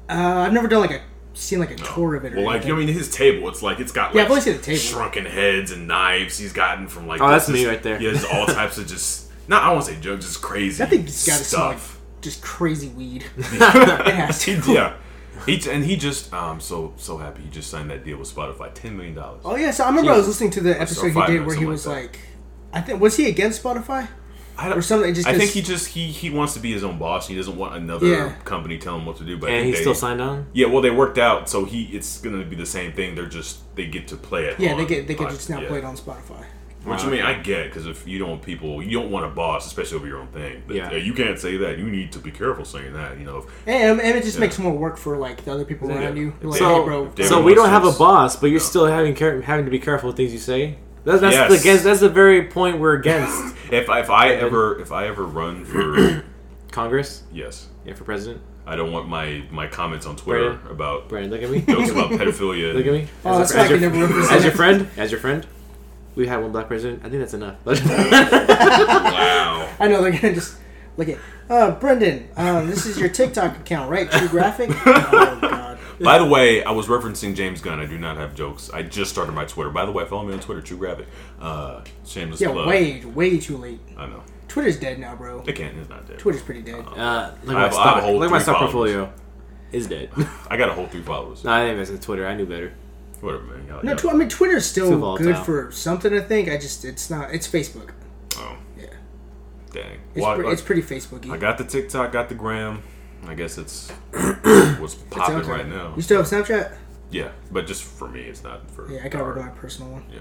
[SPEAKER 2] Uh, I've never done like a seen like a tour of it. Or
[SPEAKER 1] Well, like you know,
[SPEAKER 2] anything.
[SPEAKER 1] I mean, his table. It's like it's got like
[SPEAKER 2] Yeah, I've only seen the table.
[SPEAKER 1] shrunken heads and knives he's gotten from like.
[SPEAKER 3] Oh, that's
[SPEAKER 1] this-
[SPEAKER 3] me right there.
[SPEAKER 1] Yeah, there's all types of just. Not I won't say jokes, just crazy
[SPEAKER 2] that thing's got to smell like
[SPEAKER 1] stuff.
[SPEAKER 2] just crazy weed. it has to.
[SPEAKER 1] He- yeah, he and he just um so so happy he just signed that deal with Spotify, ten million dollars.
[SPEAKER 2] Oh yeah, so I remember I was listening to the episode he
[SPEAKER 1] Fiverr,
[SPEAKER 2] did where he
[SPEAKER 1] something
[SPEAKER 2] was
[SPEAKER 1] like that.
[SPEAKER 2] like, I think was he against Spotify?
[SPEAKER 1] I don't,
[SPEAKER 2] or something, just
[SPEAKER 1] I
[SPEAKER 2] 'cause-
[SPEAKER 1] think he just he he wants to be his own boss. He doesn't want another
[SPEAKER 2] Yeah.
[SPEAKER 1] company telling him what to do. But I
[SPEAKER 3] and
[SPEAKER 1] think
[SPEAKER 3] he
[SPEAKER 1] they,
[SPEAKER 3] still signed on.
[SPEAKER 1] Yeah, well, they worked out, so he it's gonna be the same thing. They're just they get to play it.
[SPEAKER 2] Yeah, they
[SPEAKER 1] on
[SPEAKER 2] get they could
[SPEAKER 1] pod-
[SPEAKER 2] just now
[SPEAKER 1] yeah.
[SPEAKER 2] play it on Spotify.
[SPEAKER 1] Which I mean, I get because if you don't people, you don't want a boss, especially over your own thing. But,
[SPEAKER 3] Yeah.
[SPEAKER 1] yeah, you can't say that. You need to be careful saying that. You know, if,
[SPEAKER 2] And, and it just makes more work for like the other people around you. Like,
[SPEAKER 1] So-
[SPEAKER 2] hey, bro,
[SPEAKER 1] David
[SPEAKER 3] so we
[SPEAKER 1] wants
[SPEAKER 3] don't have a
[SPEAKER 1] this.
[SPEAKER 3] boss, but you're still having care- having to be careful with things you say. That's that's
[SPEAKER 1] Yes.
[SPEAKER 3] the against, that's the very point we're against.
[SPEAKER 1] if I- if I ever if I ever run for
[SPEAKER 3] Congress,
[SPEAKER 1] yes,
[SPEAKER 3] yeah, for president.
[SPEAKER 1] I don't want my my comments on Twitter
[SPEAKER 3] Brandon.
[SPEAKER 1] about
[SPEAKER 3] Brandon, look at me.
[SPEAKER 1] jokes about pedophilia.
[SPEAKER 3] Look at me.
[SPEAKER 2] oh, that's
[SPEAKER 3] a
[SPEAKER 2] why I can
[SPEAKER 3] friend.
[SPEAKER 2] never represent.
[SPEAKER 3] As your friend, as your friend, we had one black president. I think that's enough. Uh,
[SPEAKER 1] Wow.
[SPEAKER 2] I know they're gonna just look at. Uh, Brendan, um, this is your TikTok account, right? True graphic. oh God.
[SPEAKER 1] By the way, I was referencing James Gunn. I do not have jokes. I just started my Twitter. By the way, follow me on Twitter. True Graphic. Uh, shameless
[SPEAKER 2] Yeah,
[SPEAKER 1] plug.
[SPEAKER 2] way, way too late.
[SPEAKER 1] I know.
[SPEAKER 2] Twitter's dead now, bro.
[SPEAKER 1] They can't. It's not dead.
[SPEAKER 2] Twitter's pretty dead.
[SPEAKER 3] uh, look at
[SPEAKER 1] I have-
[SPEAKER 3] my
[SPEAKER 1] I have a
[SPEAKER 3] stock.
[SPEAKER 1] whole
[SPEAKER 3] Look at my
[SPEAKER 1] three
[SPEAKER 3] stock
[SPEAKER 1] followers.
[SPEAKER 3] portfolio. Is dead. no,
[SPEAKER 1] I got a whole three followers.
[SPEAKER 3] I think that's a Twitter. I knew better.
[SPEAKER 1] Whatever, man. Y'all-
[SPEAKER 2] No,
[SPEAKER 1] y'all-
[SPEAKER 2] tw- I mean Twitter's
[SPEAKER 3] Still
[SPEAKER 2] still
[SPEAKER 3] volatile.
[SPEAKER 2] good for something. I think. I just it's not. It's Facebook.
[SPEAKER 1] Oh,
[SPEAKER 2] Yeah,
[SPEAKER 1] dang.
[SPEAKER 2] it's,
[SPEAKER 1] Well, I-
[SPEAKER 2] pre-
[SPEAKER 1] I-
[SPEAKER 2] it's pretty Facebooky.
[SPEAKER 1] I got the TikTok, got the gram. I guess it's what's popping
[SPEAKER 2] Snapchat.
[SPEAKER 1] right now.
[SPEAKER 2] You still have Snapchat?
[SPEAKER 1] Yeah, but just for me, it's not for.
[SPEAKER 2] Yeah, I got rid of my
[SPEAKER 1] our-
[SPEAKER 2] personal one.
[SPEAKER 1] Yeah,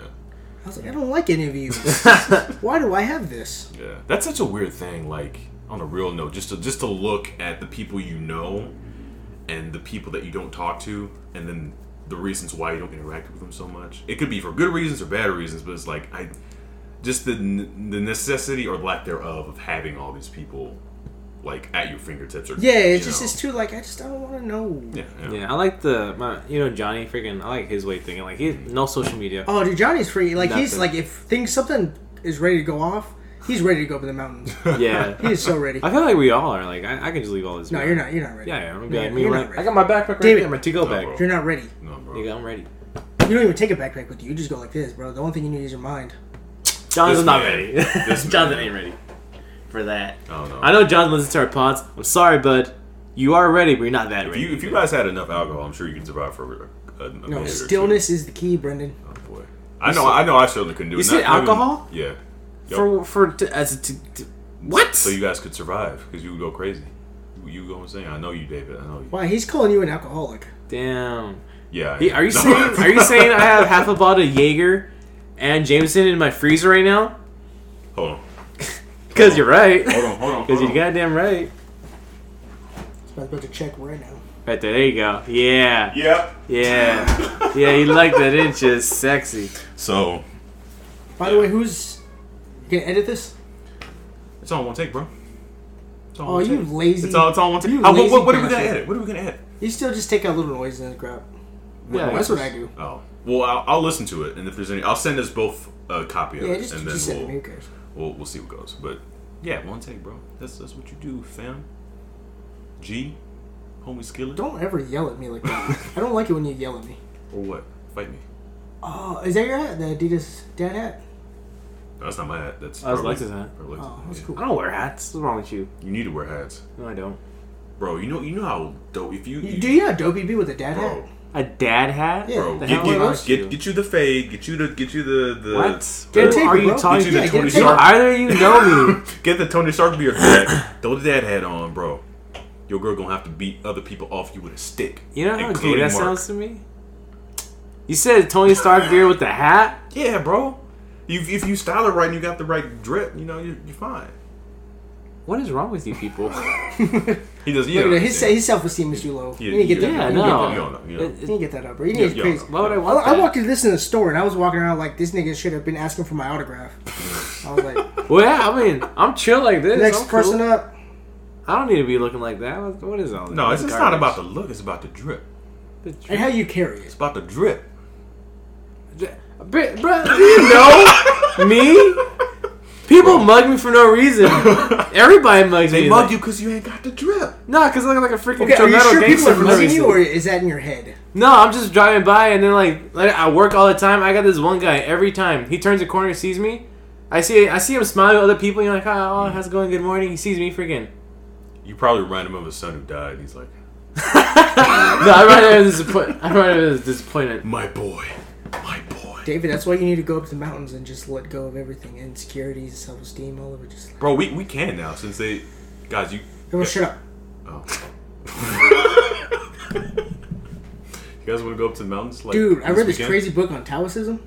[SPEAKER 2] I was like, I don't like any of you. Why do I have this?
[SPEAKER 1] yeah. That's such a weird thing. Like on a real note, just to just to look at the people you know, and the people that you don't talk to, and then the reasons why you don't interact with them so much. It could be for good reasons or bad reasons, but it's like I, just the n- the necessity or lack thereof of having all these people, like at your fingertips. Or
[SPEAKER 2] Yeah, it's
[SPEAKER 1] you
[SPEAKER 2] just
[SPEAKER 1] know.
[SPEAKER 2] it's too like I just I don't want to know.
[SPEAKER 1] yeah, yeah.
[SPEAKER 3] Yeah, I like the my, you know Johnny freaking. I like his way of thinking. Like he no social media.
[SPEAKER 2] Oh, dude, Johnny's free. Like he's
[SPEAKER 3] Nothing.
[SPEAKER 2] like if things something is ready to go off, he's ready to go up in the mountains.
[SPEAKER 3] Yeah,
[SPEAKER 2] He is so ready.
[SPEAKER 3] I feel like we all are. Like I, I can just leave all this.
[SPEAKER 2] No, you're not. You're not ready.
[SPEAKER 3] Yeah, yeah, I'm gonna be
[SPEAKER 2] Yeah,
[SPEAKER 3] like me.
[SPEAKER 2] you're
[SPEAKER 3] right-
[SPEAKER 2] not ready.
[SPEAKER 3] I got my backpack right
[SPEAKER 2] David.
[SPEAKER 3] there, my to go
[SPEAKER 1] No,
[SPEAKER 3] bag.
[SPEAKER 1] bro.
[SPEAKER 2] You're not ready.
[SPEAKER 1] No, bro.
[SPEAKER 3] Nigga, I'm ready.
[SPEAKER 2] You don't even take a backpack with you. You just go like this, bro. The only thing you need is your mind.
[SPEAKER 3] John's
[SPEAKER 1] This
[SPEAKER 3] not
[SPEAKER 1] man.
[SPEAKER 3] ready.
[SPEAKER 1] This man.
[SPEAKER 3] Johnson ain't ready for that.
[SPEAKER 1] I don't know.
[SPEAKER 3] I know John listens to our pods. I'm sorry, bud. You are ready, but you're not that
[SPEAKER 1] If
[SPEAKER 3] ready.
[SPEAKER 1] you, if you guys had enough alcohol, I'm sure you could survive for a, a, a
[SPEAKER 2] No,
[SPEAKER 1] minute
[SPEAKER 2] stillness is the key, Brendan.
[SPEAKER 1] Or two. Oh boy, I know. I know. I certainly couldn't do
[SPEAKER 3] You
[SPEAKER 1] it.
[SPEAKER 3] said
[SPEAKER 1] Not- not even-
[SPEAKER 3] alcohol?
[SPEAKER 1] Yeah. Yep.
[SPEAKER 3] for for to, as a, to, to, what?
[SPEAKER 1] so you guys could survive because you would go crazy. You- You would go insane. I know you, David. I know you.
[SPEAKER 2] Why? He's calling you an alcoholic.
[SPEAKER 3] Damn.
[SPEAKER 1] Yeah.
[SPEAKER 3] Hey, Are you saying Are you saying I have half a bottle of Jaeger and Jameson in my freezer right now?
[SPEAKER 1] Hold on.
[SPEAKER 3] Because you're right.
[SPEAKER 1] Hold on. Hold on.
[SPEAKER 3] Because
[SPEAKER 1] hold
[SPEAKER 3] you're
[SPEAKER 1] on.
[SPEAKER 3] goddamn right.
[SPEAKER 2] I'm about to check right now.
[SPEAKER 3] Right there, there you go. Yeah,
[SPEAKER 1] Yep.
[SPEAKER 3] yeah, yeah. You like that, didn't you? Sexy.
[SPEAKER 1] So
[SPEAKER 2] By the way, who's you gonna edit this?
[SPEAKER 1] it's all in one take, bro. It's all in
[SPEAKER 2] Oh,
[SPEAKER 1] one
[SPEAKER 2] you
[SPEAKER 1] take.
[SPEAKER 2] lazy.
[SPEAKER 1] It's all. It's all in one take.
[SPEAKER 2] you
[SPEAKER 1] Oh, what,
[SPEAKER 2] lazy
[SPEAKER 1] what, what are we gonna
[SPEAKER 2] bastard.
[SPEAKER 1] edit? What are we gonna edit?
[SPEAKER 2] You still just take out little noises and crap.
[SPEAKER 3] Yeah,
[SPEAKER 2] That's what I do.
[SPEAKER 1] Oh. Well, I'll, I'll listen to it, and if there's any, I'll send us both a copy of
[SPEAKER 2] Yeah,
[SPEAKER 1] it,
[SPEAKER 2] just,
[SPEAKER 1] and
[SPEAKER 2] just
[SPEAKER 1] then
[SPEAKER 2] send it.
[SPEAKER 1] we'll,
[SPEAKER 2] Who cares?
[SPEAKER 1] we'll we'll see what goes. But yeah, one take, bro. That's that's what you do, fam. G, homie skillet,
[SPEAKER 2] Don't ever yell at me like that. I don't like it when you yell at me.
[SPEAKER 1] or what? Fight me.
[SPEAKER 2] Oh, is that your hat? The Adidas dad hat?
[SPEAKER 1] No, that's not my hat. That's
[SPEAKER 3] That's
[SPEAKER 1] probably-
[SPEAKER 3] Lex's hat.
[SPEAKER 1] probably Lex's
[SPEAKER 2] Oh,
[SPEAKER 1] hat,
[SPEAKER 2] that's
[SPEAKER 1] yeah.
[SPEAKER 2] cool.
[SPEAKER 3] I don't wear hats. What's wrong with you?
[SPEAKER 1] You need to wear hats,
[SPEAKER 3] No, I don't.
[SPEAKER 1] bro. You know you know how dope if you,
[SPEAKER 2] You- Do you know Dopey be with a dad
[SPEAKER 1] bro.
[SPEAKER 2] hat?
[SPEAKER 3] A dad hat?
[SPEAKER 2] Yeah.
[SPEAKER 1] Bro,
[SPEAKER 2] The
[SPEAKER 1] get,
[SPEAKER 2] hell am I
[SPEAKER 1] get,
[SPEAKER 2] supposed
[SPEAKER 1] get, get you the fade, get you the get you the the
[SPEAKER 3] What?
[SPEAKER 2] Get a
[SPEAKER 3] Who
[SPEAKER 2] taper,
[SPEAKER 3] are you
[SPEAKER 2] bro.
[SPEAKER 3] talking
[SPEAKER 1] Get you the Tony
[SPEAKER 2] Yeah, get a taper.
[SPEAKER 1] Stark.
[SPEAKER 3] Either of you know me.
[SPEAKER 1] Get the Tony Stark beard hat. Throw the dad hat on, bro. Your girl gonna have to beat other people off you with a stick.
[SPEAKER 3] You know how gay
[SPEAKER 1] including
[SPEAKER 3] that
[SPEAKER 1] Mark.
[SPEAKER 3] sounds to me. You said Tony Stark beard with the hat.
[SPEAKER 1] Yeah, bro. You, if you style it right and you got the right drip, you know you're, you're fine.
[SPEAKER 3] What is wrong with you people?
[SPEAKER 1] He doesn't.
[SPEAKER 2] Look
[SPEAKER 1] Yeah,
[SPEAKER 2] at that. His, his self esteem is too low.
[SPEAKER 1] Yeah,
[SPEAKER 2] you need to get
[SPEAKER 1] yeah.
[SPEAKER 2] that.
[SPEAKER 3] Yeah,
[SPEAKER 2] you need to get
[SPEAKER 3] no.
[SPEAKER 2] that-
[SPEAKER 1] You
[SPEAKER 3] It-
[SPEAKER 2] You
[SPEAKER 3] it-
[SPEAKER 2] need to get that up, bro. You need to
[SPEAKER 1] Yeah,
[SPEAKER 2] get crazy.
[SPEAKER 1] yeah.
[SPEAKER 3] why would I
[SPEAKER 2] I,
[SPEAKER 3] want
[SPEAKER 2] I
[SPEAKER 3] that?
[SPEAKER 2] walked into this in the store and I was walking around like this nigga should have been asking for my autograph. I was like,
[SPEAKER 3] Well, yeah, I mean, I'm chill like this.
[SPEAKER 2] next
[SPEAKER 3] I'm cool.
[SPEAKER 2] person up.
[SPEAKER 3] I don't need to be looking like that. What, what is all that?
[SPEAKER 1] No, it's,
[SPEAKER 3] That's
[SPEAKER 1] it's not about
[SPEAKER 3] garbage.
[SPEAKER 1] the look. It's about the drip.
[SPEAKER 2] And how you carry it.
[SPEAKER 1] It's about the drip.
[SPEAKER 3] Br- bruh, do you know me? People mug me for no reason. Everybody mugs me.
[SPEAKER 1] They
[SPEAKER 3] like-
[SPEAKER 1] mug you because you ain't got the drip.
[SPEAKER 3] No, because I look like a freaking
[SPEAKER 2] Okay, are you
[SPEAKER 3] Toronto
[SPEAKER 2] sure people
[SPEAKER 3] gangster
[SPEAKER 2] are
[SPEAKER 3] for no
[SPEAKER 2] mugging you,
[SPEAKER 3] reason.
[SPEAKER 2] or is that in your head?
[SPEAKER 3] No, I'm just driving by, and then like, like I work all the time. I got this one guy. Every time he turns a corner, sees me. I see, I see him smiling at other people. You're like, oh, how's it going? Good morning. He sees me freaking.
[SPEAKER 1] You probably remind him of his son who died. He's like,
[SPEAKER 3] No, I'm right there. Disappoint. I'm right there. Disappointed.
[SPEAKER 1] my boy, my boy.
[SPEAKER 2] David, that's why you need to go up to the mountains and just let go of everything insecurities, self esteem, all of it. Just like,
[SPEAKER 1] Bro, we, we can now since they, guys, you.
[SPEAKER 2] everyone, shut up.
[SPEAKER 1] Oh. you guys want to go up to the mountains? Like,
[SPEAKER 2] Dude, I read this
[SPEAKER 1] weekend?
[SPEAKER 2] crazy book on Taoism.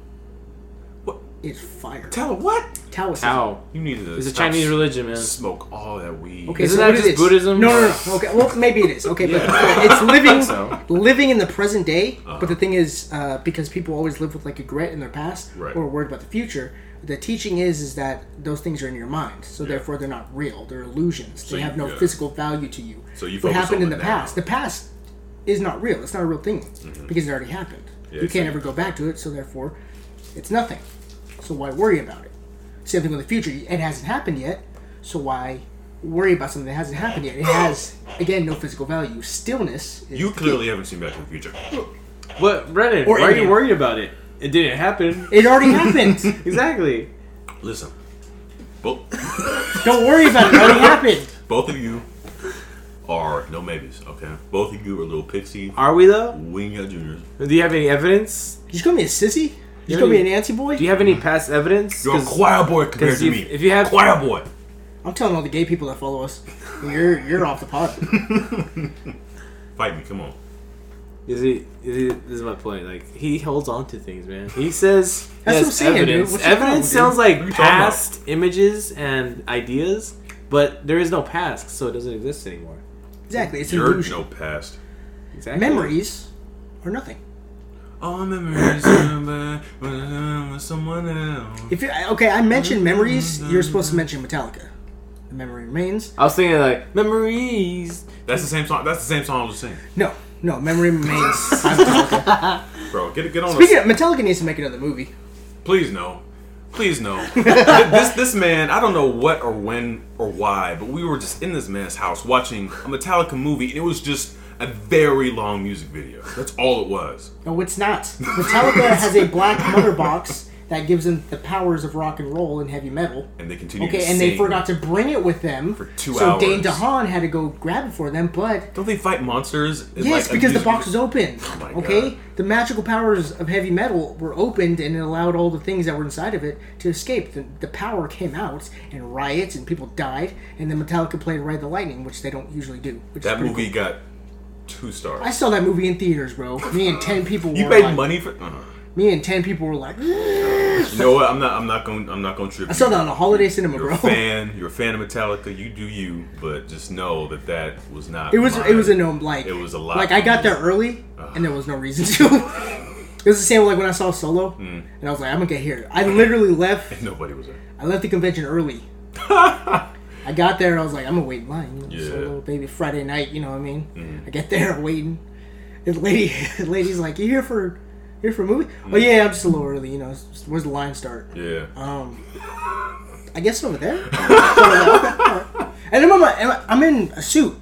[SPEAKER 1] What?
[SPEAKER 2] It's fire.
[SPEAKER 1] Tell her what?
[SPEAKER 2] Taoism.
[SPEAKER 3] How?
[SPEAKER 1] You need to.
[SPEAKER 3] It's a
[SPEAKER 1] stop
[SPEAKER 3] Chinese
[SPEAKER 1] s-
[SPEAKER 3] religion, man.
[SPEAKER 1] Smoke all that weed.
[SPEAKER 2] Okay,
[SPEAKER 3] Isn't
[SPEAKER 2] so
[SPEAKER 3] that
[SPEAKER 2] what is
[SPEAKER 3] just
[SPEAKER 2] this?
[SPEAKER 3] Buddhism?
[SPEAKER 2] No, no, no. Okay, well, maybe it is. Okay, but but it's living
[SPEAKER 3] So?
[SPEAKER 2] living in the present day.
[SPEAKER 1] Uh-huh.
[SPEAKER 2] But the thing is, uh, because people always live with like regret in their past
[SPEAKER 1] Right.
[SPEAKER 2] or worried about the future, the teaching is is that those things are in your mind, so therefore they're not real. They're illusions. they
[SPEAKER 1] you-
[SPEAKER 2] have no
[SPEAKER 1] yeah.
[SPEAKER 2] physical value to you.
[SPEAKER 1] So you
[SPEAKER 2] what
[SPEAKER 1] focus
[SPEAKER 2] happened
[SPEAKER 1] on
[SPEAKER 2] in
[SPEAKER 1] the
[SPEAKER 2] the
[SPEAKER 1] now. Mm-hmm.
[SPEAKER 2] past? The past is not real. It's not a real thing because it already happened.
[SPEAKER 1] Yeah,
[SPEAKER 2] you can't
[SPEAKER 1] exactly.
[SPEAKER 2] ever go back to it. So therefore, it's nothing. So why worry about it? Same thing with the future. It hasn't happened yet, so why worry about something that hasn't happened yet? It has, again, no physical value. Stillness. Is
[SPEAKER 1] You clearly haven't seen Back to the Future.
[SPEAKER 3] But Brennan,
[SPEAKER 2] Or
[SPEAKER 3] why are you
[SPEAKER 2] Indian.
[SPEAKER 3] worried about it? It didn't happen.
[SPEAKER 2] It already happened.
[SPEAKER 3] Exactly.
[SPEAKER 1] Listen, both
[SPEAKER 2] Don't worry about it. It already happened.
[SPEAKER 1] both of you are no maybes. Okay, both of you are little pixie
[SPEAKER 3] Are we though?
[SPEAKER 1] wing out juniors.
[SPEAKER 3] Do you have any evidence?
[SPEAKER 2] You just gonna be a sissy? You just
[SPEAKER 3] Yeah,
[SPEAKER 2] gonna be
[SPEAKER 3] you-
[SPEAKER 2] an Nancy boy?
[SPEAKER 3] Do you have any past evidence?
[SPEAKER 1] You're a
[SPEAKER 3] 'Cause-
[SPEAKER 1] choir boy compared
[SPEAKER 3] 'cause
[SPEAKER 1] to
[SPEAKER 3] if-
[SPEAKER 1] me.
[SPEAKER 3] if you have-
[SPEAKER 1] choir boy,
[SPEAKER 2] I'm telling all the gay people that follow us, you're you're off the pot.
[SPEAKER 1] fight me. Come on.
[SPEAKER 3] Is he, is he? This is my point. Like he holds on to things, man. He says
[SPEAKER 2] That's
[SPEAKER 3] he
[SPEAKER 2] what
[SPEAKER 3] has
[SPEAKER 2] I'm saying, dude.
[SPEAKER 3] evidence.
[SPEAKER 2] What's your
[SPEAKER 3] evidence
[SPEAKER 2] problem, dude?
[SPEAKER 3] sounds
[SPEAKER 1] What are
[SPEAKER 3] like
[SPEAKER 1] you talking about?
[SPEAKER 3] past images and ideas, but there is no past, so it doesn't exist anymore.
[SPEAKER 2] Exactly. It's an
[SPEAKER 1] You're
[SPEAKER 2] illusion.
[SPEAKER 1] no past.
[SPEAKER 3] Exactly.
[SPEAKER 2] Memories are nothing.
[SPEAKER 1] All my memories are bad when I'm with someone else.
[SPEAKER 2] If you okay, I mentioned memories. You're supposed to mention Metallica. The memory remains.
[SPEAKER 3] I was thinking like memories.
[SPEAKER 1] That's the same song. That's the same song I was singing,
[SPEAKER 2] No, no, memory remains. by Metallica.
[SPEAKER 1] bro. Get get on. a-
[SPEAKER 2] Speaking of Metallica, needs to make another movie.
[SPEAKER 1] Please no. Please no. Th- this this man, I don't know what or when or why, but we were just in this man's house watching a Metallica movie, and it was just a very long music video. That's all it was.
[SPEAKER 2] No, it's not. Metallica has a black mother box that gives them the powers of rock and roll and heavy metal.
[SPEAKER 1] And they continued. to
[SPEAKER 2] Okay, and they
[SPEAKER 1] sing.
[SPEAKER 2] forgot to bring it with them for
[SPEAKER 1] two
[SPEAKER 2] so Dane
[SPEAKER 1] hours.
[SPEAKER 2] DeHaan had to go grab it for them, but
[SPEAKER 1] Don't they fight monsters? in,
[SPEAKER 2] yes,
[SPEAKER 1] like, a
[SPEAKER 2] because the
[SPEAKER 1] music
[SPEAKER 2] box
[SPEAKER 1] video?
[SPEAKER 2] was open.
[SPEAKER 1] my
[SPEAKER 2] okay,
[SPEAKER 1] God.
[SPEAKER 2] the magical powers of heavy metal were opened and it allowed all the things that were inside of it to escape. The, the power came out, and riots and people died. And then Metallica played "Ride the Lightning," which they don't usually do. Which is
[SPEAKER 1] That
[SPEAKER 2] pretty
[SPEAKER 1] movie
[SPEAKER 2] cool.
[SPEAKER 1] got two stars.
[SPEAKER 2] I saw that movie in theaters, bro. Me and ten people.
[SPEAKER 1] you
[SPEAKER 2] were
[SPEAKER 1] paid
[SPEAKER 2] like,
[SPEAKER 1] money for. Uh,
[SPEAKER 2] Me and ten people were like, I
[SPEAKER 1] you know what? I'm not. I'm not going. I'm not going to trip. I
[SPEAKER 2] saw that on a holiday cinema,
[SPEAKER 1] You're
[SPEAKER 2] bro.
[SPEAKER 1] a fan. You're a fan of Metallica. You do you, but just know that that was not.
[SPEAKER 2] It was
[SPEAKER 1] mine.
[SPEAKER 2] it was a gnome like
[SPEAKER 1] It was a lot. Uh-huh.
[SPEAKER 2] Like I got there early, and there was no reason to. it was the same like when I saw Solo,
[SPEAKER 1] Hmm.
[SPEAKER 2] and I was like, I'm gonna get here. I literally left.
[SPEAKER 1] Nobody was there.
[SPEAKER 2] I left the convention early. I got there and I was like, I'm gonna wait in line. You know,
[SPEAKER 1] Yeah. Hmm.
[SPEAKER 2] Solo, baby, Friday night. You know what I mean? I get there, I'm waiting. And the lady, the lady's like, you here for, you here for a movie?
[SPEAKER 1] Hmm.
[SPEAKER 2] Oh yeah, I'm just a little early. You know, it's- where's the line start?
[SPEAKER 1] Yeah.
[SPEAKER 2] Um, I guess over there. and I'm, on my, I'm in a suit.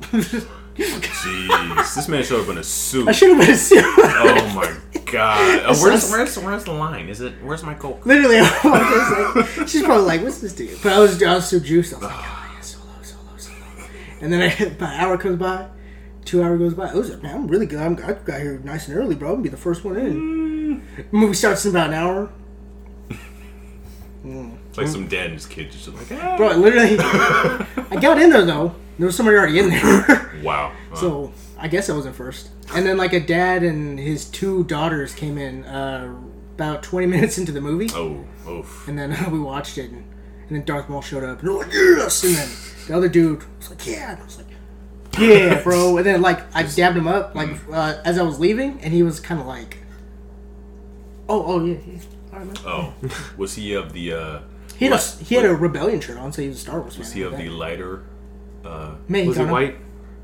[SPEAKER 1] Jeez, this man showed up in a suit.
[SPEAKER 2] I should have been a suit.
[SPEAKER 1] oh my god. Uh, where's,
[SPEAKER 2] sounds-
[SPEAKER 1] where's where's the line? Is it where's my coke?
[SPEAKER 2] Literally, I was just like, she's probably like, "What's this dude?" But I was, I was so juiced. I was like, "Oh yeah, solo, solo, solo." And then I, about an hour comes by, two hour goes by. I was like, "Man, I'm really good. I'm, I got here nice and early, bro. I'm gonna be the first one in." Movie starts in about an hour,
[SPEAKER 1] It's like some dad and his kid just like, "Ah."
[SPEAKER 2] bro. I literally, I got in there though. There was somebody already in there,
[SPEAKER 1] wow. Uh,
[SPEAKER 2] so I guess I wasn't first. And then like a dad and his two daughters came in uh, about 20 minutes into the movie.
[SPEAKER 1] oh, oof.
[SPEAKER 2] And then we watched it, and, and then Darth Maul showed up, and they're like, yes! And then the other dude was like, yeah! And I was like, yeah, bro! And then, like, I dabbed him up, like,
[SPEAKER 1] Mm.
[SPEAKER 2] uh, as I was leaving, and he was kind of like, oh, oh, yeah. yeah. All right, man.
[SPEAKER 1] Oh, was he of the? uh
[SPEAKER 2] He, had a, he had a rebellion shirt on, so he was a Star Wars fan.
[SPEAKER 1] Was he of the lighter?
[SPEAKER 2] Man,
[SPEAKER 3] Was it white?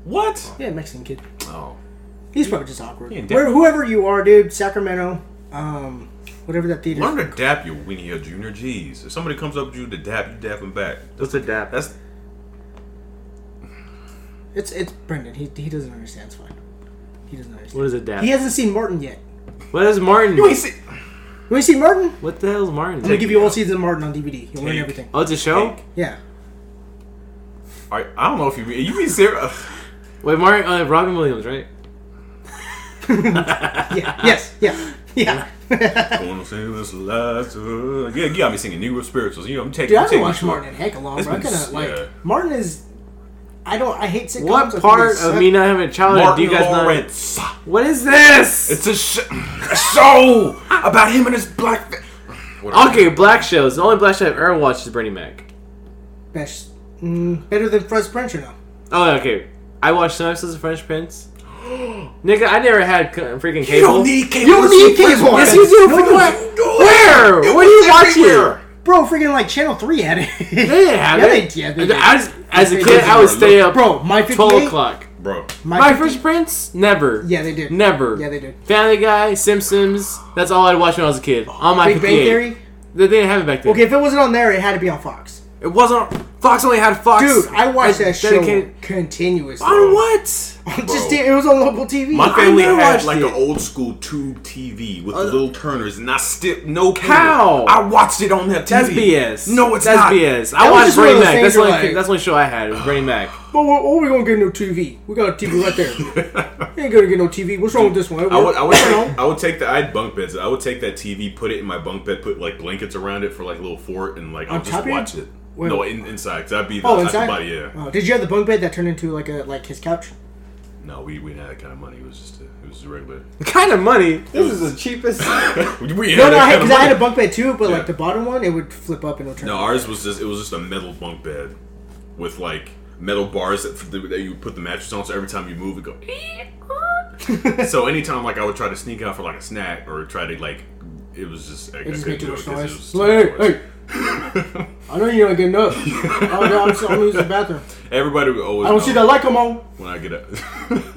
[SPEAKER 1] What?
[SPEAKER 2] Yeah, Mexican kid.
[SPEAKER 1] Oh,
[SPEAKER 2] He's probably just awkward.
[SPEAKER 1] Yeah,
[SPEAKER 2] Where, whoever you are, dude, Sacramento, um, whatever that theater.
[SPEAKER 1] learn to dap your Winnie Hill Jr. Jeez, if somebody comes up to you to dap, you dap them back.
[SPEAKER 3] What's a dap?
[SPEAKER 1] That's
[SPEAKER 2] It's it's Brendan. He, he doesn't understand. It's fine. He doesn't understand.
[SPEAKER 3] What is a dap?
[SPEAKER 2] He hasn't seen Martin yet.
[SPEAKER 3] What is Martin?
[SPEAKER 2] You want to see Martin?
[SPEAKER 3] What the hell is Martin?
[SPEAKER 2] I'm gonna give you all season of Martin on DVD. You'll learn
[SPEAKER 1] Take.
[SPEAKER 2] everything.
[SPEAKER 3] oh, it's a show.
[SPEAKER 1] Hey,
[SPEAKER 2] Yeah.
[SPEAKER 1] I, I don't know if you be- you mean Sarah.
[SPEAKER 3] Wait, Martin. Uh, Robin Williams, right?
[SPEAKER 2] Yeah. yes. Yeah. Yeah.
[SPEAKER 1] Gonna sing this last. uh, Yeah, you got me singing Negro spirituals. You know, I'm taking.
[SPEAKER 2] Dude, I
[SPEAKER 1] I'm
[SPEAKER 2] haven't
[SPEAKER 1] taking
[SPEAKER 2] watched
[SPEAKER 1] short.
[SPEAKER 2] Martin in heck a long,
[SPEAKER 1] It's
[SPEAKER 2] bro. I
[SPEAKER 1] been-
[SPEAKER 2] kind of like
[SPEAKER 1] yeah.
[SPEAKER 2] Martin is. I don't. I hate sitcoms. I
[SPEAKER 3] What
[SPEAKER 2] think
[SPEAKER 3] part
[SPEAKER 2] they
[SPEAKER 3] of
[SPEAKER 2] suck.
[SPEAKER 3] me not having a childhood do
[SPEAKER 1] Martin
[SPEAKER 3] you guys not?
[SPEAKER 1] Lawrence.
[SPEAKER 3] What is this?
[SPEAKER 1] It's a, sh- a show about him and his black. fa- Whatever.
[SPEAKER 3] okay, black shows. The only black show I've ever watched is Bernie Mac.
[SPEAKER 2] Best, mm, better than Fred's Prince or no?
[SPEAKER 3] Oh, okay. I watched some episodes of French Prince. Nigga, I never had c- freaking cable.
[SPEAKER 1] You don't need cable.
[SPEAKER 2] You need cable.
[SPEAKER 3] Yes, you do.
[SPEAKER 2] No,
[SPEAKER 3] Freaking
[SPEAKER 2] you
[SPEAKER 3] what?
[SPEAKER 1] don't.
[SPEAKER 3] Where?
[SPEAKER 1] It
[SPEAKER 3] What are you
[SPEAKER 1] was
[SPEAKER 3] watching?
[SPEAKER 1] everywhere.
[SPEAKER 2] Bro, freaking like Channel Three had it.
[SPEAKER 3] They didn't have
[SPEAKER 2] Yeah,
[SPEAKER 3] it.
[SPEAKER 2] they- yeah, they did.
[SPEAKER 3] I was, as a
[SPEAKER 2] They
[SPEAKER 3] kid,
[SPEAKER 2] did.
[SPEAKER 3] I would stay up
[SPEAKER 2] Bro, my
[SPEAKER 3] 12
[SPEAKER 2] 58?
[SPEAKER 3] o'clock.
[SPEAKER 1] Bro,
[SPEAKER 3] My French Prince? Never.
[SPEAKER 2] Yeah, they did.
[SPEAKER 3] Never.
[SPEAKER 2] Yeah, they did.
[SPEAKER 3] Family Guy, Simpsons. That's all I'd watch when I was a kid. On my
[SPEAKER 2] Oh, Big Bang
[SPEAKER 3] 58.
[SPEAKER 2] Theory.
[SPEAKER 3] They didn't have it back then.
[SPEAKER 2] Okay, if it wasn't on there, it had to be on Fox.
[SPEAKER 3] It wasn't. Fox only had Fox.
[SPEAKER 2] Dude, I watched that show
[SPEAKER 3] dedicated-
[SPEAKER 2] continuously.
[SPEAKER 3] On what?
[SPEAKER 2] Just it was on local TV.
[SPEAKER 1] my family
[SPEAKER 3] never
[SPEAKER 1] had
[SPEAKER 3] watched
[SPEAKER 1] like
[SPEAKER 3] it. Uh,
[SPEAKER 1] an old school tube TV with the little turners, and I still no cable.
[SPEAKER 3] How?
[SPEAKER 1] I watched it on that TV.
[SPEAKER 3] That's BS.
[SPEAKER 1] No, it's
[SPEAKER 3] That's
[SPEAKER 1] not.
[SPEAKER 3] BS.
[SPEAKER 2] That
[SPEAKER 3] I
[SPEAKER 2] was
[SPEAKER 3] watched
[SPEAKER 2] just one of
[SPEAKER 3] Bernie
[SPEAKER 2] those
[SPEAKER 3] Mac.
[SPEAKER 2] things
[SPEAKER 3] That's the
[SPEAKER 2] where,
[SPEAKER 3] only
[SPEAKER 2] like-
[SPEAKER 3] that's the only show I had. Was Bernie Mac.
[SPEAKER 2] But what, what oh, we gonna get no TV? We got a TV right there. we ain't gonna get no TV. What's wrong with this one?
[SPEAKER 1] I would, I would,
[SPEAKER 2] You
[SPEAKER 1] take,
[SPEAKER 2] know?
[SPEAKER 1] I would take the. I had bunk beds. I would take that TV, put it in my bunk bed, put like blankets around it for like a little fort, and like I'll
[SPEAKER 2] top
[SPEAKER 1] just
[SPEAKER 2] of your-
[SPEAKER 1] watch it.
[SPEAKER 2] Wait.
[SPEAKER 1] No, in, inside. Cause I'd be the
[SPEAKER 2] Oh,
[SPEAKER 1] type of
[SPEAKER 2] inside.
[SPEAKER 1] body, yeah.
[SPEAKER 2] Oh, did you have the bunk bed that turned into like a like his couch?
[SPEAKER 1] No, we, we didn't have that kind of money. It was just a, it was just a regular.
[SPEAKER 3] The kind of money. This is the cheapest.
[SPEAKER 1] we
[SPEAKER 2] No, no,
[SPEAKER 1] that
[SPEAKER 2] I had,
[SPEAKER 1] kind of
[SPEAKER 2] cause I had a
[SPEAKER 1] money.
[SPEAKER 2] bunk bed too, but
[SPEAKER 1] Yeah.
[SPEAKER 2] like the bottom one, it would flip up and it would turn.
[SPEAKER 1] No, ours was just it was just a metal bunk bed with like metal bars that, that you put the mattress on. So every time you move, it go. so anytime like I would try to sneak out for like a snack or try to like, it was just I, I
[SPEAKER 2] it just
[SPEAKER 1] couldn't
[SPEAKER 2] made too
[SPEAKER 1] do
[SPEAKER 2] much
[SPEAKER 1] it 'cause it was
[SPEAKER 2] noise.
[SPEAKER 1] too much
[SPEAKER 2] Like, hey,
[SPEAKER 1] noise.
[SPEAKER 2] hey. I know you're not getting up. oh, no, I'm, so- I'm gonna use the bathroom.
[SPEAKER 1] Everybody would always.
[SPEAKER 2] I don't see that light come on.
[SPEAKER 1] when I get up.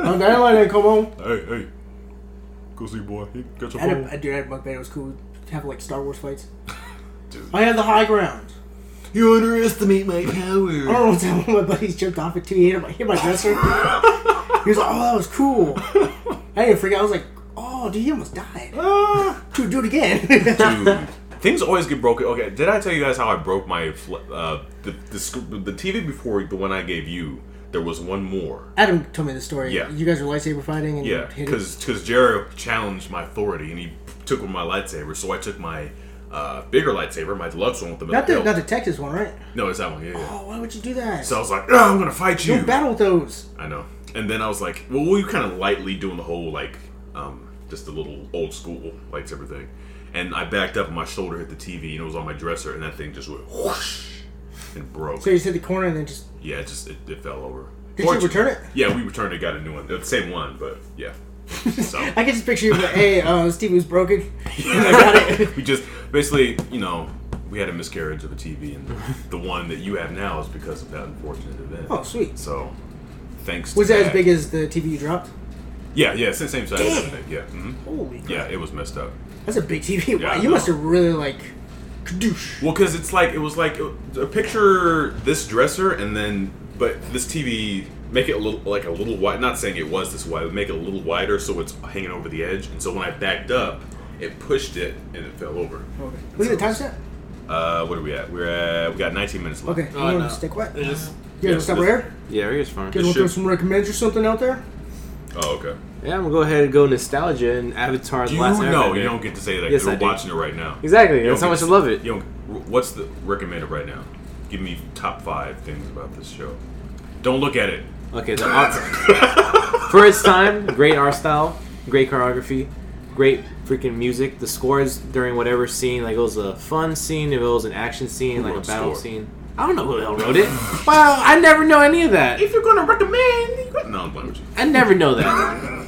[SPEAKER 2] Oh, that light ain't come on.
[SPEAKER 1] hey, hey, go sleep, boy. You Got your
[SPEAKER 2] I had
[SPEAKER 1] phone.
[SPEAKER 2] a, dude, I had a bunk bed. It was cool. To have like Star Wars fights.
[SPEAKER 1] Dude.
[SPEAKER 2] I had the high ground.
[SPEAKER 1] You underestimate my power.
[SPEAKER 2] I don't know what's happening. My buddies jumped off at 2 a.m. I hit my dresser. He was like, "Oh, that was cool." I didn't freak out. I was like, "Oh, dude, he almost died." Dude, do it again.
[SPEAKER 1] Dude, things always get broken. Okay, did I tell you guys how I broke my fl- uh, the, the sc- the TV before the one I gave you? There was one more.
[SPEAKER 2] Adam told me the story.
[SPEAKER 1] Yeah.
[SPEAKER 2] You guys were lightsaber fighting and
[SPEAKER 1] Yeah,
[SPEAKER 2] hit it.
[SPEAKER 1] because Jero challenged my authority and he took my lightsaber, so I took my uh, bigger lightsaber, my deluxe one with the
[SPEAKER 2] Not
[SPEAKER 1] metal
[SPEAKER 2] the
[SPEAKER 1] belt.
[SPEAKER 2] not the Texas one, right?
[SPEAKER 1] no, it's that one. Yeah, yeah.
[SPEAKER 2] Oh, why would you do that?
[SPEAKER 1] So I was like, oh, I'm gonna fight you.
[SPEAKER 2] Don't battle those.
[SPEAKER 1] I know. And then I was like, well, we were kind of lightly doing the whole like, um, just the little old school lightsaber thing. And I backed up, and my shoulder hit the TV, and it was on my dresser, and that thing just went whoosh and broke.
[SPEAKER 2] So you just hit the corner and then just
[SPEAKER 1] Yeah, it just it, it fell over.
[SPEAKER 2] Did you
[SPEAKER 1] Fortunately-
[SPEAKER 2] return it?
[SPEAKER 1] Yeah, we returned it, got a new one, the same one, but yeah. So
[SPEAKER 2] I can just picture you. Like, hey, uh, Steve was broken. I got it.
[SPEAKER 1] we just basically, you know, we had a miscarriage of a TV, and the one that you have now is because of that unfortunate event.
[SPEAKER 2] Oh, sweet.
[SPEAKER 1] So, thanks.
[SPEAKER 2] Was
[SPEAKER 1] to
[SPEAKER 2] that as big as the TV you dropped?
[SPEAKER 1] Yeah, yeah, same, same size. and
[SPEAKER 2] Damn.
[SPEAKER 1] everything, Yeah, mhm.
[SPEAKER 2] Holy crap.
[SPEAKER 1] yeah, it was messed up.
[SPEAKER 2] That's a big TV.
[SPEAKER 1] Yeah,
[SPEAKER 2] wow,
[SPEAKER 1] I
[SPEAKER 2] you must
[SPEAKER 1] know.
[SPEAKER 2] have really like. Kadoosh.
[SPEAKER 1] Well, because it's like it was like a, a picture this dresser, and then but this TV make it a little like a little wide. Not saying it was this wide, but make it a little wider so it's hanging over the edge. And so when I backed up, it pushed it and it fell over.
[SPEAKER 2] Okay. Look at the time set.
[SPEAKER 1] Uh, what are we at? We're at we got 19 minutes left.
[SPEAKER 2] Okay, you
[SPEAKER 3] Oh,
[SPEAKER 2] want
[SPEAKER 3] no.
[SPEAKER 2] to stick what?
[SPEAKER 3] It
[SPEAKER 2] You
[SPEAKER 3] is-
[SPEAKER 2] guys
[SPEAKER 1] Yeah,
[SPEAKER 2] to stop
[SPEAKER 1] this-
[SPEAKER 2] right here?
[SPEAKER 3] yeah, Rio's fine.
[SPEAKER 2] You guys want
[SPEAKER 1] should-
[SPEAKER 2] to throw some recommends or something out there?
[SPEAKER 1] Oh, okay.
[SPEAKER 3] Yeah, I'm gonna go ahead and go nostalgia and Avatar: The
[SPEAKER 1] You
[SPEAKER 3] Last
[SPEAKER 1] know
[SPEAKER 3] Airbender.
[SPEAKER 1] you don't get to say that.
[SPEAKER 3] Yes, I
[SPEAKER 1] You're
[SPEAKER 3] do.
[SPEAKER 1] watching it right now.
[SPEAKER 3] Exactly.
[SPEAKER 1] You
[SPEAKER 3] That's
[SPEAKER 1] don't
[SPEAKER 3] how much
[SPEAKER 1] get
[SPEAKER 3] I
[SPEAKER 1] to-
[SPEAKER 3] love it.
[SPEAKER 1] You don't, what's the recommended right now? Give me top five things about this show. Don't look at it.
[SPEAKER 3] Okay, the art. for its time, great art style, great choreography, great freaking music. The scores during whatever scene, like it was a fun scene, if it was an action scene, like a
[SPEAKER 1] wrote the
[SPEAKER 3] battle
[SPEAKER 1] score?
[SPEAKER 3] scene. I don't know who the hell wrote it. Well, I never know any of that.
[SPEAKER 1] If you're gonna recommend, you got- no, I'm playing with you.
[SPEAKER 3] I never know that.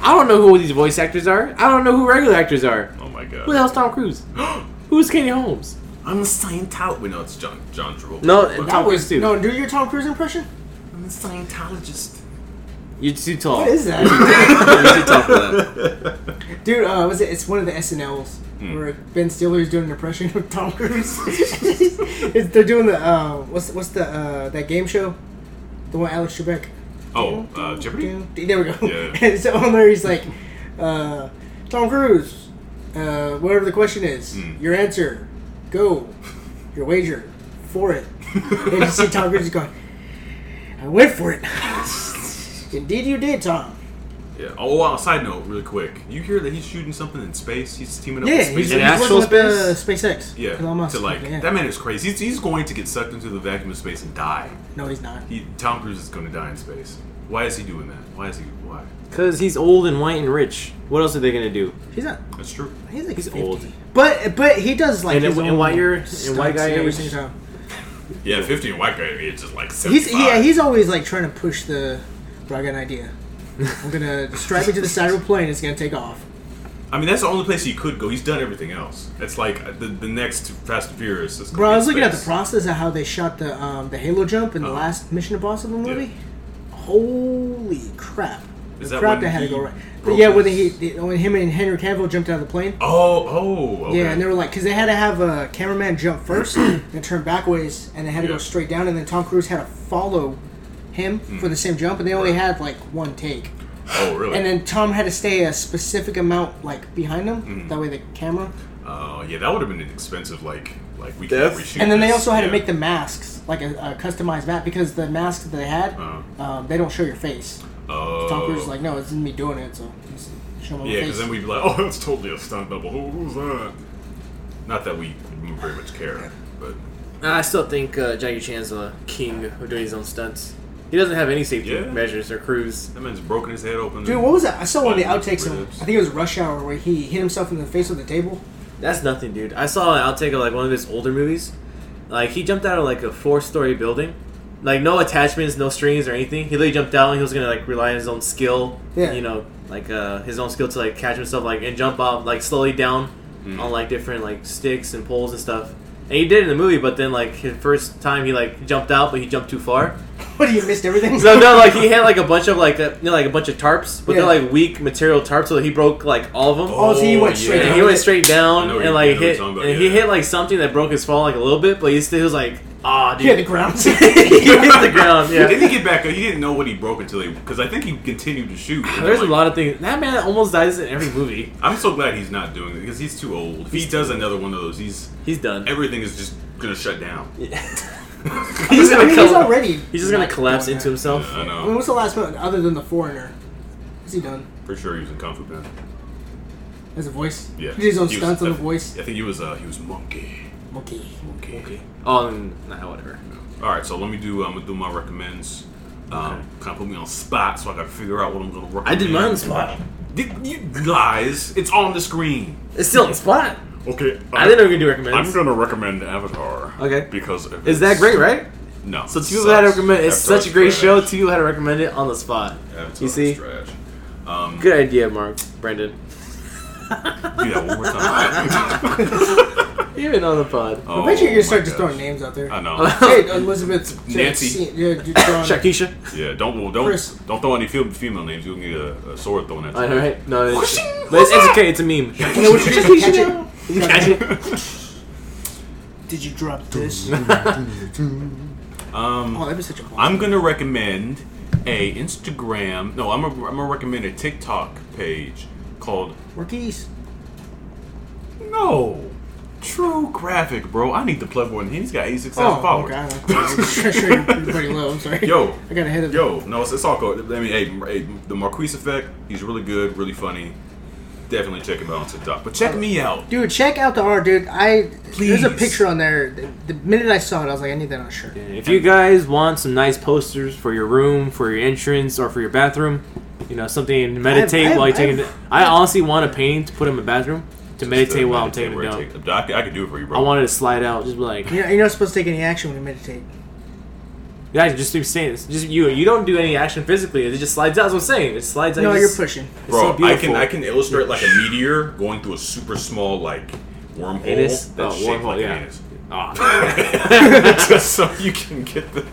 [SPEAKER 3] I don't know who these voice actors are. I don't know who regular actors are.
[SPEAKER 1] Oh my god.
[SPEAKER 3] Who the hell's Tom Cruise? Who's Katie Holmes?
[SPEAKER 1] I'm a Scientologist. Wait, no, it's John John Travolta.
[SPEAKER 3] No,
[SPEAKER 1] But-
[SPEAKER 3] Tom Cruise too.
[SPEAKER 2] No, do your Tom Cruise impression?
[SPEAKER 1] I'm a Scientologist.
[SPEAKER 3] You're too tall.
[SPEAKER 2] What is that?
[SPEAKER 3] You're too tall for that.
[SPEAKER 2] Dude, uh, was it? It's one of the SNLs
[SPEAKER 3] Hmm.
[SPEAKER 2] where Ben Stiller is doing an impression of Tom Cruise. it's, they're doing the uh, what's what's the uh, that game show, the one Alex Trebek.
[SPEAKER 1] Oh, uh, Jeopardy.
[SPEAKER 2] There we go.
[SPEAKER 1] Yeah.
[SPEAKER 2] And so on there, he's like, uh, Tom Cruise, uh, whatever the question is,
[SPEAKER 3] Hmm.
[SPEAKER 2] your answer, go, your wager, for it. and you see Tom Cruise going, I went for it. Indeed, you did, Tom.
[SPEAKER 1] Yeah. Oh, wow. Side note, really quick. You hear that he's shooting something in space? He's teaming up
[SPEAKER 2] Yeah,
[SPEAKER 1] with
[SPEAKER 2] he's,
[SPEAKER 1] space.
[SPEAKER 2] he's
[SPEAKER 3] An
[SPEAKER 2] working
[SPEAKER 3] actual
[SPEAKER 2] with uh, SpaceX.
[SPEAKER 1] yeah.
[SPEAKER 2] Elon Musk.
[SPEAKER 1] To like
[SPEAKER 2] Yeah.
[SPEAKER 1] that man is crazy. He's, he's going to get sucked into the vacuum of space and die.
[SPEAKER 2] No, he's not.
[SPEAKER 1] He, Tom Cruise is going to die in space. Why is he doing that? Why is he? Why?
[SPEAKER 3] Cause he's old and white and rich. What else are they gonna do?
[SPEAKER 2] He's not.
[SPEAKER 1] That's true.
[SPEAKER 2] He's like
[SPEAKER 3] He's
[SPEAKER 2] 50.
[SPEAKER 3] old.
[SPEAKER 2] But but he does like
[SPEAKER 3] And
[SPEAKER 2] his
[SPEAKER 3] it- and
[SPEAKER 2] own
[SPEAKER 3] white year- and
[SPEAKER 2] stunts
[SPEAKER 3] white guy
[SPEAKER 2] every
[SPEAKER 3] age.
[SPEAKER 2] single time.
[SPEAKER 1] Yeah, 15 white guy is just like 75.
[SPEAKER 2] He's yeah, he's always like trying to push the. Bro, I got an idea. I'm gonna strap it to the side of a plane. It's gonna take off.
[SPEAKER 1] I mean, that's the only place he could go. He's done everything else. It's like uh, the, the next Fast and Furious. Is gonna
[SPEAKER 2] Bro,
[SPEAKER 1] be
[SPEAKER 2] I
[SPEAKER 1] in
[SPEAKER 2] was looking at the
[SPEAKER 1] space.
[SPEAKER 2] process of how they shot the um, the Halo jump in the
[SPEAKER 1] Uh-huh.
[SPEAKER 2] last Mission Impossible movie. Holy crap! The
[SPEAKER 1] Is that
[SPEAKER 2] crap
[SPEAKER 1] when
[SPEAKER 2] that had to
[SPEAKER 1] he
[SPEAKER 2] go right.
[SPEAKER 1] broke
[SPEAKER 2] yeah, when he
[SPEAKER 1] his-
[SPEAKER 2] the- when him and Henry Cavill jumped out of the plane.
[SPEAKER 1] Oh, oh, okay.
[SPEAKER 2] Yeah, and they were like, because they had to have a cameraman jump first and turn backwards, and they had to
[SPEAKER 1] Yeah. Hmm.
[SPEAKER 2] go straight down, and then Tom Cruise had to follow him for the same jump, and they only had like one take.
[SPEAKER 1] oh, really?
[SPEAKER 2] And then Tom had to stay a specific amount like behind him.
[SPEAKER 1] Hmm.
[SPEAKER 2] That way the camera.
[SPEAKER 1] Oh, yeah, that would have been an expensive. Like, like we
[SPEAKER 3] Death.
[SPEAKER 1] can't reshoot.
[SPEAKER 2] And then they
[SPEAKER 1] this.
[SPEAKER 2] also had
[SPEAKER 1] Yeah.
[SPEAKER 2] to make the masks like a, a customized map because the masks that they had,
[SPEAKER 1] Uh-huh.
[SPEAKER 2] um, they don't show your face.
[SPEAKER 1] Oh.
[SPEAKER 2] Tom Cruise is like, no, it's me doing it, so just show my
[SPEAKER 1] Yeah,
[SPEAKER 2] face.
[SPEAKER 1] because then we'd be like, oh, that's totally a stunt double. Who, who's that? Not that we very much care, but
[SPEAKER 3] I still think uh, Jackie Chan's a king of doing his own stunts. He doesn't have any safety
[SPEAKER 1] Yeah.
[SPEAKER 3] measures or crews.
[SPEAKER 1] that man's broken his head open.
[SPEAKER 2] Dude, what was that? I saw one of the
[SPEAKER 1] Oh,
[SPEAKER 2] outtakes. Of,
[SPEAKER 1] ribs.
[SPEAKER 2] I think it was Rush Hour where he hit himself in the face with the table.
[SPEAKER 3] That's nothing, dude. I saw an outtake of like one of his older movies. Like he jumped out of like a four-story building, like no attachments, no strings or anything. He literally jumped out and he was gonna like rely on his own skill.
[SPEAKER 2] Yeah.
[SPEAKER 3] You know, like uh, his own skill to like catch himself like and jump off like slowly down on like different like sticks and poles and stuff. And he did it in the movie, but then like his first time he like jumped out, but he jumped too far.
[SPEAKER 2] What, you missed everything?
[SPEAKER 3] No, no, like he had like a bunch of like a, you know, like a bunch of tarps, but
[SPEAKER 2] Yeah.
[SPEAKER 3] they're like weak material tarps, so he broke like all of them.
[SPEAKER 2] Oh, so he
[SPEAKER 1] Oh,
[SPEAKER 2] went straight
[SPEAKER 1] yeah.
[SPEAKER 3] and
[SPEAKER 2] down.
[SPEAKER 3] he went straight
[SPEAKER 1] I
[SPEAKER 3] down
[SPEAKER 1] know what
[SPEAKER 3] and
[SPEAKER 1] you- I know
[SPEAKER 3] like
[SPEAKER 1] what you're
[SPEAKER 3] hit,
[SPEAKER 1] talking
[SPEAKER 3] and
[SPEAKER 1] about,
[SPEAKER 3] he
[SPEAKER 1] yeah.
[SPEAKER 3] hit like something that broke his fall like a little bit, but he still he was like Ah, dude.
[SPEAKER 2] He hit the ground.
[SPEAKER 3] he hit the ground.
[SPEAKER 1] He
[SPEAKER 3] Yeah.
[SPEAKER 1] didn't get back up. He didn't know what he broke until he because I think he continued to shoot. And
[SPEAKER 3] There's a
[SPEAKER 1] I'm like,
[SPEAKER 3] lot of things. That man almost dies in every movie.
[SPEAKER 1] I'm so glad he's not doing it because he's too old. If he does another one of those, he's
[SPEAKER 3] He's done.
[SPEAKER 1] everything is just gonna shut down.
[SPEAKER 3] He's
[SPEAKER 2] I mean, he's
[SPEAKER 3] colla-
[SPEAKER 2] already.
[SPEAKER 3] He's just gonna collapse into himself.
[SPEAKER 1] I
[SPEAKER 2] I mean,
[SPEAKER 1] know.
[SPEAKER 2] what's the last one other than the foreigner? Is he done?
[SPEAKER 1] For sure, he was in Kung Fu Panda.
[SPEAKER 2] As a voice?
[SPEAKER 1] Yeah,
[SPEAKER 2] He did his own
[SPEAKER 1] He was-
[SPEAKER 2] stunts on
[SPEAKER 1] I
[SPEAKER 2] the
[SPEAKER 1] th-
[SPEAKER 2] voice.
[SPEAKER 1] I think he was uh, he was monkey.
[SPEAKER 2] Okay.
[SPEAKER 1] Monkey.
[SPEAKER 3] Oh, nah, whatever.
[SPEAKER 1] All right, so let me do. I'm gonna do my recommends. Um, Kind of put me on spot so I gotta figure out what I'm gonna recommend.
[SPEAKER 3] I did mine on the spot.
[SPEAKER 1] Did- You guys, it's on the screen.
[SPEAKER 3] It's still on the spot.
[SPEAKER 1] Okay,
[SPEAKER 3] I didn't know you were gonna do recommends.
[SPEAKER 1] I'm gonna recommend Avatar.
[SPEAKER 3] Okay.
[SPEAKER 1] Because of
[SPEAKER 3] Is that
[SPEAKER 1] its-
[SPEAKER 3] great, right?
[SPEAKER 1] No.
[SPEAKER 3] So
[SPEAKER 1] it
[SPEAKER 3] two people had to
[SPEAKER 1] sucks.
[SPEAKER 3] recommend. It's
[SPEAKER 1] Avatar's
[SPEAKER 3] such a great
[SPEAKER 1] trash.
[SPEAKER 3] show. Two people had to recommend it on the spot.
[SPEAKER 1] Avatar's
[SPEAKER 3] You see?
[SPEAKER 1] trash.
[SPEAKER 3] Good idea, Mark Brandon.
[SPEAKER 1] Do that one more time.
[SPEAKER 3] Even on the pod.
[SPEAKER 1] oh,
[SPEAKER 2] Eventually, you're gonna
[SPEAKER 1] my
[SPEAKER 2] start just
[SPEAKER 1] gosh.
[SPEAKER 2] throwing names out there.
[SPEAKER 1] I know.
[SPEAKER 2] Hey, Elizabeth.
[SPEAKER 1] Nancy.
[SPEAKER 2] Jane- Yeah, you're throwing-
[SPEAKER 3] Shakisha.
[SPEAKER 1] Yeah, don't well, don't
[SPEAKER 2] Chris.
[SPEAKER 1] don't throw any fem- female names. You'll get a, a sword thrown at you.
[SPEAKER 3] I know, right? No, it's, but it's, it's okay. It's a meme.
[SPEAKER 2] You know what you're gonna catch it?
[SPEAKER 3] Catch it.
[SPEAKER 2] Did you drop this?
[SPEAKER 1] Um,
[SPEAKER 2] Oh, that'd be such a bomb.
[SPEAKER 1] I'm gonna recommend a Instagram. No, I'm gonna, I'm gonna recommend a TikTok page called
[SPEAKER 2] Rookies.
[SPEAKER 1] No True Graphic, bro. I need the plug one. He's got 86,000
[SPEAKER 2] Oh,
[SPEAKER 1] followers.
[SPEAKER 2] okay. I don't know. I'm sure you're pretty low. I'm sorry.
[SPEAKER 1] Yo.
[SPEAKER 2] I got ahead of you.
[SPEAKER 1] Yo, no, it's, it's all good. I mean, hey, m- hey, the Marquise effect. He's really good, really funny. Definitely check him out on TikTok. But check me out.
[SPEAKER 2] Dude, check out the art, dude. I there's a
[SPEAKER 1] Please.
[SPEAKER 2] picture on there. The, the minute I saw it, I was like, I need that on a shirt.
[SPEAKER 3] If you guys want some nice posters for your room, for your entrance, or for your bathroom, you know something to meditate
[SPEAKER 2] I've-
[SPEAKER 3] while you're taking.
[SPEAKER 2] I've-
[SPEAKER 3] it. I honestly want a painting to put in my bathroom to meditate while I'm taking it
[SPEAKER 1] Meditate,
[SPEAKER 3] down.
[SPEAKER 1] right, take- I, could- I could do it for you, bro.
[SPEAKER 3] I wanted to slide out, just be like,
[SPEAKER 2] You're, you're not supposed to take any action when you meditate.
[SPEAKER 3] guys, just keep saying this. Just you, you don't do any action physically. It just slides out. That's what I'm saying. It slides out.
[SPEAKER 2] No,
[SPEAKER 3] You
[SPEAKER 2] you're
[SPEAKER 3] just-
[SPEAKER 2] pushing.
[SPEAKER 3] It's
[SPEAKER 1] bro.
[SPEAKER 3] so
[SPEAKER 1] I
[SPEAKER 3] beautiful.
[SPEAKER 1] can I can illustrate like a meteor going through a super small like wormhole
[SPEAKER 3] Anus?
[SPEAKER 1] that's
[SPEAKER 3] Oh,
[SPEAKER 1] shaped
[SPEAKER 3] wormhole,
[SPEAKER 1] like
[SPEAKER 3] yeah. Ah.
[SPEAKER 1] an anus.
[SPEAKER 3] Aw.
[SPEAKER 1] Just so you can get the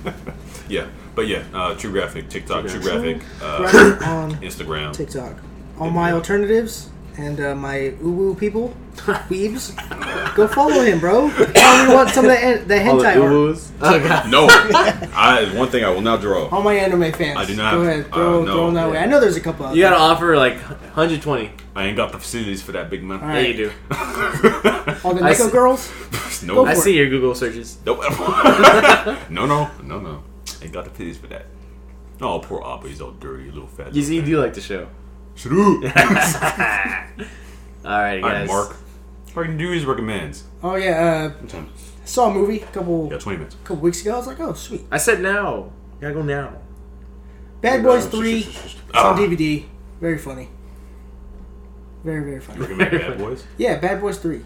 [SPEAKER 1] yeah. But yeah, uh, True Graphic, TikTok, True
[SPEAKER 3] True
[SPEAKER 1] Graphic,
[SPEAKER 2] Right um,
[SPEAKER 1] uh,
[SPEAKER 2] on
[SPEAKER 1] Instagram.
[SPEAKER 2] TikTok. All my alternatives and uh, my uwu people, weebs, go follow him, bro. Oh, we want some of that, that
[SPEAKER 3] All the
[SPEAKER 2] hentai art.
[SPEAKER 3] oohs. Oh god.
[SPEAKER 1] No, I one thing I will not draw.
[SPEAKER 2] All my anime fans.
[SPEAKER 1] I do not-
[SPEAKER 2] Go ahead,
[SPEAKER 1] uh,
[SPEAKER 2] throw,
[SPEAKER 1] no.
[SPEAKER 2] throw them that way. I know there's a couple out
[SPEAKER 3] You
[SPEAKER 2] there.
[SPEAKER 3] gotta offer like 120.
[SPEAKER 1] I ain't got the facilities for that big man.
[SPEAKER 2] All
[SPEAKER 3] Yeah,
[SPEAKER 2] right.
[SPEAKER 3] you do.
[SPEAKER 2] All the
[SPEAKER 3] I
[SPEAKER 2] Neko
[SPEAKER 3] see-
[SPEAKER 2] girls.
[SPEAKER 1] no,
[SPEAKER 3] I
[SPEAKER 2] for
[SPEAKER 3] see your Google searches.
[SPEAKER 1] Nope. no, no, no, no. I got the pities for that. Oh, poor Abba, he's all dirty, little fat.
[SPEAKER 3] You see, you do like the show.
[SPEAKER 1] Shut up.
[SPEAKER 3] All right,
[SPEAKER 1] All right,
[SPEAKER 3] guys.
[SPEAKER 1] Mark. What I can do is recommends.
[SPEAKER 2] Oh yeah, uh,
[SPEAKER 1] What time is it?
[SPEAKER 2] saw a movie a couple
[SPEAKER 1] Yeah, 20 minutes.
[SPEAKER 2] couple weeks ago. I was like, oh sweet,
[SPEAKER 3] I said now. You gotta go now.
[SPEAKER 2] Bad Boys Three. It's
[SPEAKER 1] Ah,
[SPEAKER 2] on DVD. Very funny. Very very funny.
[SPEAKER 1] recommend Bad Boys?
[SPEAKER 2] Yeah, Bad Boys Three.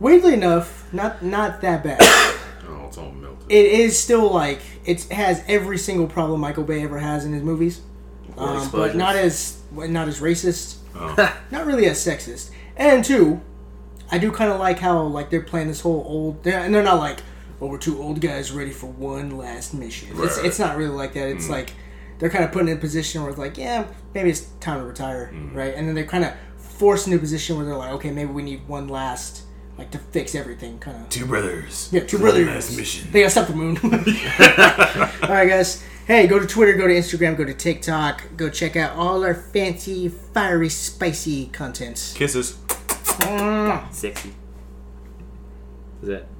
[SPEAKER 2] Weirdly enough, not not that bad.
[SPEAKER 1] Oh, it's all melted.
[SPEAKER 2] it is still like it has every single problem Michael Bay ever has in his movies, um, but
[SPEAKER 3] explosions.
[SPEAKER 2] not as not as racist,
[SPEAKER 1] Oh.
[SPEAKER 2] not really as sexist. And two, I do kind of like how like they're playing this whole old. They're, and they're not like, oh, we're two old guys ready for one last mission. It's
[SPEAKER 1] Right.
[SPEAKER 2] it's not really like that. It's like they're kind of putting in a position where it's like, yeah, maybe it's time to retire, right? And then they're kind of forced into a position where they're like, okay, maybe we need one last like to fix everything, kind of.
[SPEAKER 1] Two brothers.
[SPEAKER 2] Yeah, two brothers.
[SPEAKER 1] Last mission.
[SPEAKER 2] They gotta stop the moon. all right, guys. Hey, go to Twitter, go to Instagram, go to TikTok, go check out all our fancy, fiery, spicy contents.
[SPEAKER 1] Kisses.
[SPEAKER 3] Sexy. Is that?